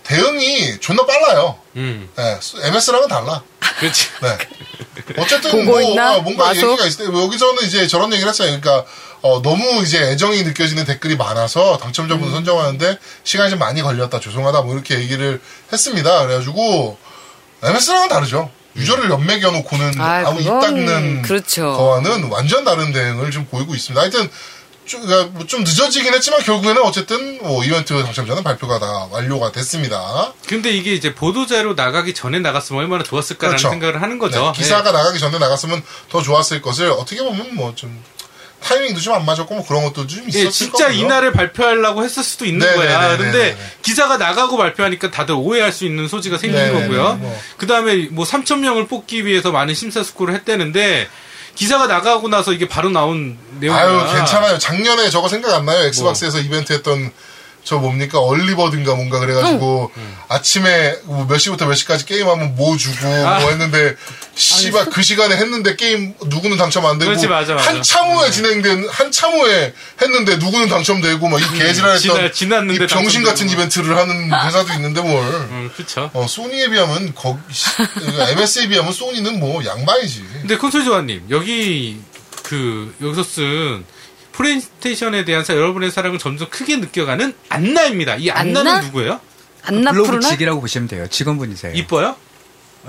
S1: 대응이 존나 빨라요.
S4: 음,
S1: 네, MS랑은 달라.
S4: 그렇지.
S1: 네. 어쨌든
S3: 보고
S1: 뭐
S3: 있나?
S1: 아, 뭔가
S3: 마소?
S1: 얘기가 있을 때 뭐 여기서는 이제 저런 얘기를 했어요. 그러니까 어, 너무 이제 애정이 느껴지는 댓글이 많아서 당첨자분
S3: 음.
S1: 선정하는데 시간이 좀 많이 걸렸다. 죄송하다. 뭐 이렇게 얘기를 했습니다. 그래가지고 MS랑은 다르죠. 유저를 연맥여 놓고는
S3: 음. 아이,
S1: 아, 무
S3: 그건
S1: 입닦는
S3: 그렇죠.
S1: 거와는 완전 다른 대응을 좀 보이고 있습니다. 하여튼 좀, 그러니까 뭐좀 늦어지긴 했지만 결국에는 어쨌든 뭐 이벤트 당첨자는 발표가 다 완료가 됐습니다.
S4: 근데 이게 이제 보도자료 나가기 전에 나갔으면 얼마나 좋았을까라는
S1: 그렇죠.
S4: 생각을 하는 거죠. 예.
S1: 네, 기사가 나가기 전에 나갔으면 더 좋았을 것을 어떻게 보면 뭐 좀 타이밍도 좀 안 맞았고 뭐 그런 것도 좀
S4: 예,
S1: 있었을
S4: 예, 진짜
S1: 거고요.
S4: 이날에 발표하려고 했을 수도 있는
S1: 네네네네네.
S4: 거야. 근데 기사가 나가고 발표하니까 다들 오해할 수 있는 소지가 생긴
S1: 네네네,
S4: 거고요.
S1: 뭐.
S4: 그 다음에 뭐 3천 명을 뽑기 위해서 많은 심사숙고를 했다는데 기사가 나가고 나서 이게 바로 나온 내용이야.
S1: 아유 괜찮아요. 작년에 저거 생각 안 나요? 엑스박스에서
S4: 뭐.
S1: 이벤트 했던 저 뭡니까 얼리버든가 뭔가 그래가지고
S4: 음.
S1: 음. 아침에 뭐몇 시부터 몇 시까지 게임하면 뭐 주고
S4: 아.
S1: 뭐 했는데 씨발 그 시간에 했는데 게임 누구는 당첨 안 되고
S4: 그렇지, 맞아, 음. 맞아.
S1: 한참 후에 진행된 한참 후에 했는데 누구는 당첨되고 막 이
S4: 음, 지나-
S1: 개지랄했던
S4: 지났는데
S1: 이 병신 같은
S4: 당첨되고.
S1: 이벤트를 하는 회사도 있는데 뭘
S4: 음, 그렇죠.
S1: 어, 소니에 비하면 거 MS에 비하면 소니는 뭐 양반이지.
S4: 근데 콘솔 조아님 여기 그 여기서 쓴 프레젠테이션에 대한 사- 여러분의 사랑을 점점 크게 느껴가는 안나입니다. 이 안나는
S3: 안나?
S4: 누구예요?
S3: 안나
S5: 아, 블로그
S3: 프로나?
S5: 직이라고 보시면 돼요. 직원분이세요.
S4: 이뻐요?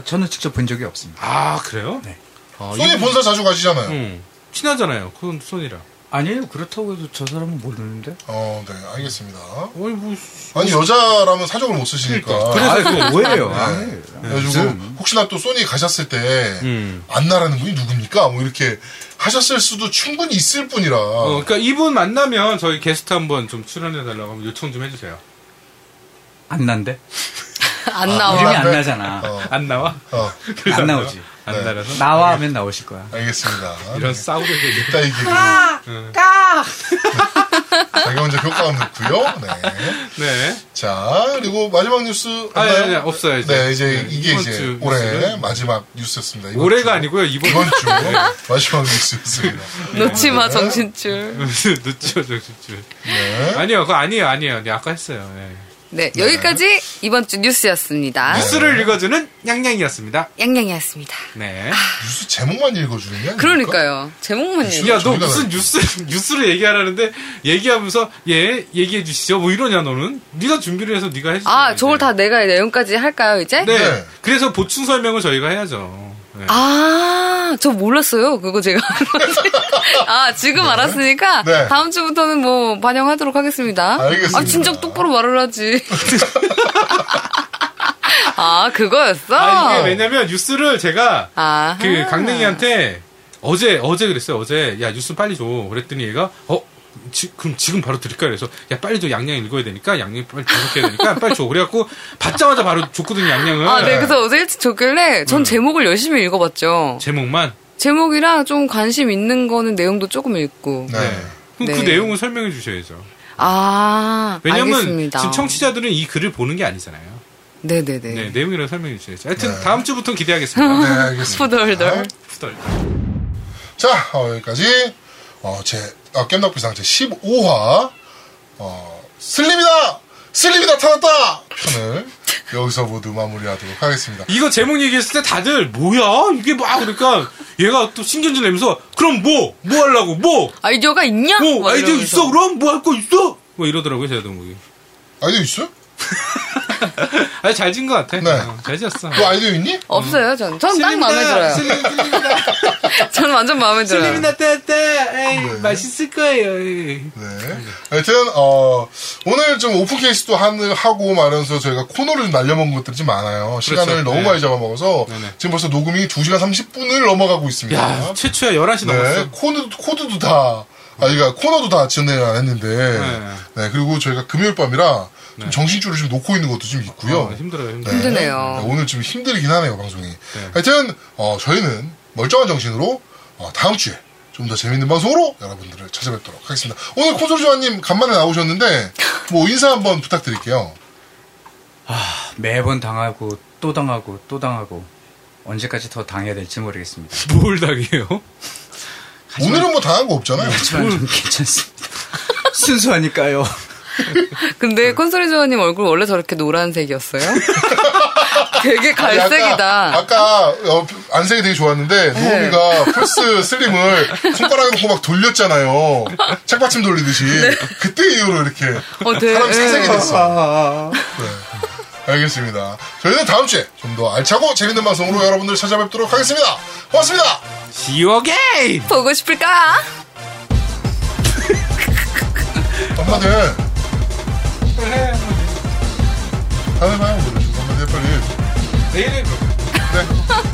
S5: 저는 직접 본 적이 없습니다.
S4: 아 그래요?
S5: 네.
S4: 어,
S1: 소니
S4: 이분-
S1: 본사 자주 가시잖아요.
S4: 음, 친하잖아요. 그 손이랑.
S5: 아니에요. 그렇다고 해도 저 사람은 모르는데.
S1: 어, 네, 알겠습니다.
S4: 어이 뭐
S1: 아니 여자라면 사족을 못 쓰시니까.
S4: 그러니까. 그래서
S5: 아, 그거 뭐예요? 아니에요. 네.
S1: 그래가지고 혹시나 또 소니 가셨을 때
S4: 음.
S1: 안나라는 분이 누굽니까? 뭐 이렇게 하셨을 수도 충분히 있을 뿐이라.
S4: 어, 그러니까 이분 만나면 저희 게스트 한번 좀 출연해 달라고 하면 요청 좀 해주세요.
S5: 안 난데?
S3: [laughs] 안
S5: 아, 이름이
S3: 나와.
S5: 안 나잖아.
S1: 어,
S4: 안 나와? [laughs]
S1: 어,
S4: 그래서
S5: 안 나오지. 네.
S4: 안 나가서
S5: 나와 하면 나오실 거야.
S1: 알겠습니다.
S4: 이런 싸우게 되겠다.
S1: 이따 얘기로. 자기원자 효과음 넣고요. 네.
S4: 네.
S1: 자 그리고 마지막 뉴스
S4: 아니,
S1: 없나요?
S4: 아니, 아니, 없어요, 이제.
S1: 네 이제
S4: 네,
S1: 이게
S4: 이번
S1: 이제
S4: 주
S1: 올해
S4: 뉴스는?
S1: 마지막 뉴스였습니다. 이번 주.
S4: 올해가 아니고요. 이번
S1: 이번 주 [laughs] 마지막 뉴스였습니다.
S5: 네.
S3: 놓지마 정신줄.
S4: 늦죠, 정신줄. 아니요, 그거 아니에요, 아니에요. 네, 아까 했어요. 예.
S3: 네 여기까지 이번 주 뉴스였습니다.
S5: 네.
S4: 뉴스를 읽어주는 냥냥이었습니다.
S3: 양양이었습니다.
S4: 네.
S1: 뉴스 제목만 읽어주는 게 아니니까?
S3: 그러니까요.
S5: 네,
S3: 제목만 읽어.
S4: 야, 너
S1: 저희가
S4: 무슨 뉴스, 뉴스를 얘기하라는데, 얘기하면서, 예, 얘기해 주시죠. 뭐 이러냐, 너는? 네가 준비를 해서 네가 해주지.
S3: 아 저걸 다 내가 내용까지 할까요 이제?
S4: 네.
S1: 네.
S4: 그래서 보충 설명을 저희가 해야죠. 네.
S3: 아, 저 몰랐어요. 그거 제가. [laughs] 아, 지금 알았으니까
S1: 네.
S3: 다음 주부터는 뭐 반영하도록 하겠습니다.
S1: 알겠습니다.
S3: 아, 진작 똑바로 말을 하지. [laughs] 아, 그거였어?
S4: 아,
S3: 아,
S4: 이게 왜냐면 뉴스를 제가 그 강냉이한테 어제 어제 그랬어요. 어제 야 뉴스 빨리 줘. 그랬더니 얘가 어 지- 그럼 지금 바로 드릴까 그래서 야 빨리 줘 양양 읽어야 되니까 양양 빨리 분석해야 되니까 [laughs] 빨리 줘 그래갖고 받자마자 바로 줬거든요 양양을
S3: 아, 네. 그래서 어제 일찍 줬길래 전 제목을 열심히 읽어봤죠.
S4: 음. 네. 제목만
S3: 제목이랑 좀 관심 있는 거는 내용도 조금 읽고.
S1: 네.
S4: 네. 그럼
S3: 네.
S4: 그 내용을 설명해 주셔야죠
S3: 아,
S4: 왜냐면
S3: 알겠습니다.
S4: 지금 청취자들은 이 글을 보는 게 아니잖아요
S3: 네네네.
S4: 네, 내용이라고 설명해 주셔야죠 하여튼 다음 주부터 기대하겠습니다
S1: 네, 알겠습니다.
S3: [laughs] 후덜덜.
S4: [laughs] 후덜.
S1: 자, 어, 여기까지 어, 제 아, 겜덕비상 제 15화 어, 슬림이다! 슬림이 나타났다! 편을 여기서 모두 마무리하도록 하겠습니다.
S4: 이거 제목 얘기했을 때 다들 뭐야 이게 막 그러니까 얘가 또 신경질 내면서 그럼 뭐 뭐 하려고 뭐
S3: 아이디어가 있냐?
S4: 뭐
S3: 막
S4: 아이디어
S3: 이러면서.
S4: 있어 그럼 뭐 할 거 있어 뭐 이러더라고요 제가 동국이
S1: 아이디어 있어요?
S4: 아니 잘 지은 것 같아
S1: 네.
S4: 어, 잘 지었어
S1: 너 아이디어 있니?
S3: 없어요, 전. 전 딱 마음에 들어요. 전 완전 마음에 들어요.
S4: 따따 에이 맛있을 거예요 에이.
S1: 네. 하여튼, 어, 오늘 좀 오픈 케이스도 한- 하고 말면서 저희가 코너를 날려먹은 것들이 좀 많아요. 시간을
S4: 그렇죠.
S1: 너무
S4: 네.
S1: 많이 잡아먹어서
S4: 네, 네.
S1: 지금 벌써 녹음이 2시간 30분을 넘어가고 있습니다.
S4: 야 최초야 11시
S1: 네,
S4: 넘었어
S1: 코드, 코드도 다, 아, 그러니까 코너도 다 진행을 안 했는데, 네.
S4: 네.
S1: 그리고 저희가 금요일 밤이라 좀 정신줄을 지금 놓고 있는 것도 좀 있고요.
S4: 아, 힘들어요. 힘들어요. [laughs]
S1: 네,
S3: 힘드네요.
S1: 오늘 좀 힘들긴 하네요 방송이. 하여튼 어, 저희는 멀쩡한 정신으로 어, 다음 주에 좀 더 재밌는 방송으로 여러분들을 찾아뵙도록 하겠습니다. 오늘 콘솔 조아님 간만에 나오셨는데 뭐 인사 한번 부탁드릴게요.
S5: 매번 당하고 또 당하고 또 당하고 언제까지 더 당해야 될지 모르겠습니다.
S4: 뭘 당해요?
S1: 오늘은 뭐 당한 거 없잖아요. [laughs]
S5: 하지만 좀 괜찮습니다. [laughs] 순수하니까요.
S1: 네.
S3: 근데 콘솔이 조원님 얼굴 원래
S1: [laughs]
S3: 저렇게 노란색이었어요? 되게
S1: 아니,
S3: 갈색이다. 네.
S1: 아까, 아까 어, 안색이 되게 좋았는데 노우미가 플스 슬림을 손가락에 놓고 막 돌렸잖아요. 책받침 돌리듯이
S3: 네.
S1: 그때 이후로 이렇게
S3: 어, 되-
S1: 아, 사람이 사색이
S3: 예.
S1: 됐어. 네. 알겠습니다. 저희는 다음 주에 좀 더 알차고 재밌는 방송으로 여러분들 찾아뵙도록 하겠습니다. 고맙습니다.
S4: 지옥에!
S3: 보고 싶을까?
S1: 엄마들
S4: 네.
S1: 다음에 봐요. 오늘. 엄마들 빨리.
S4: 내일은
S1: 네.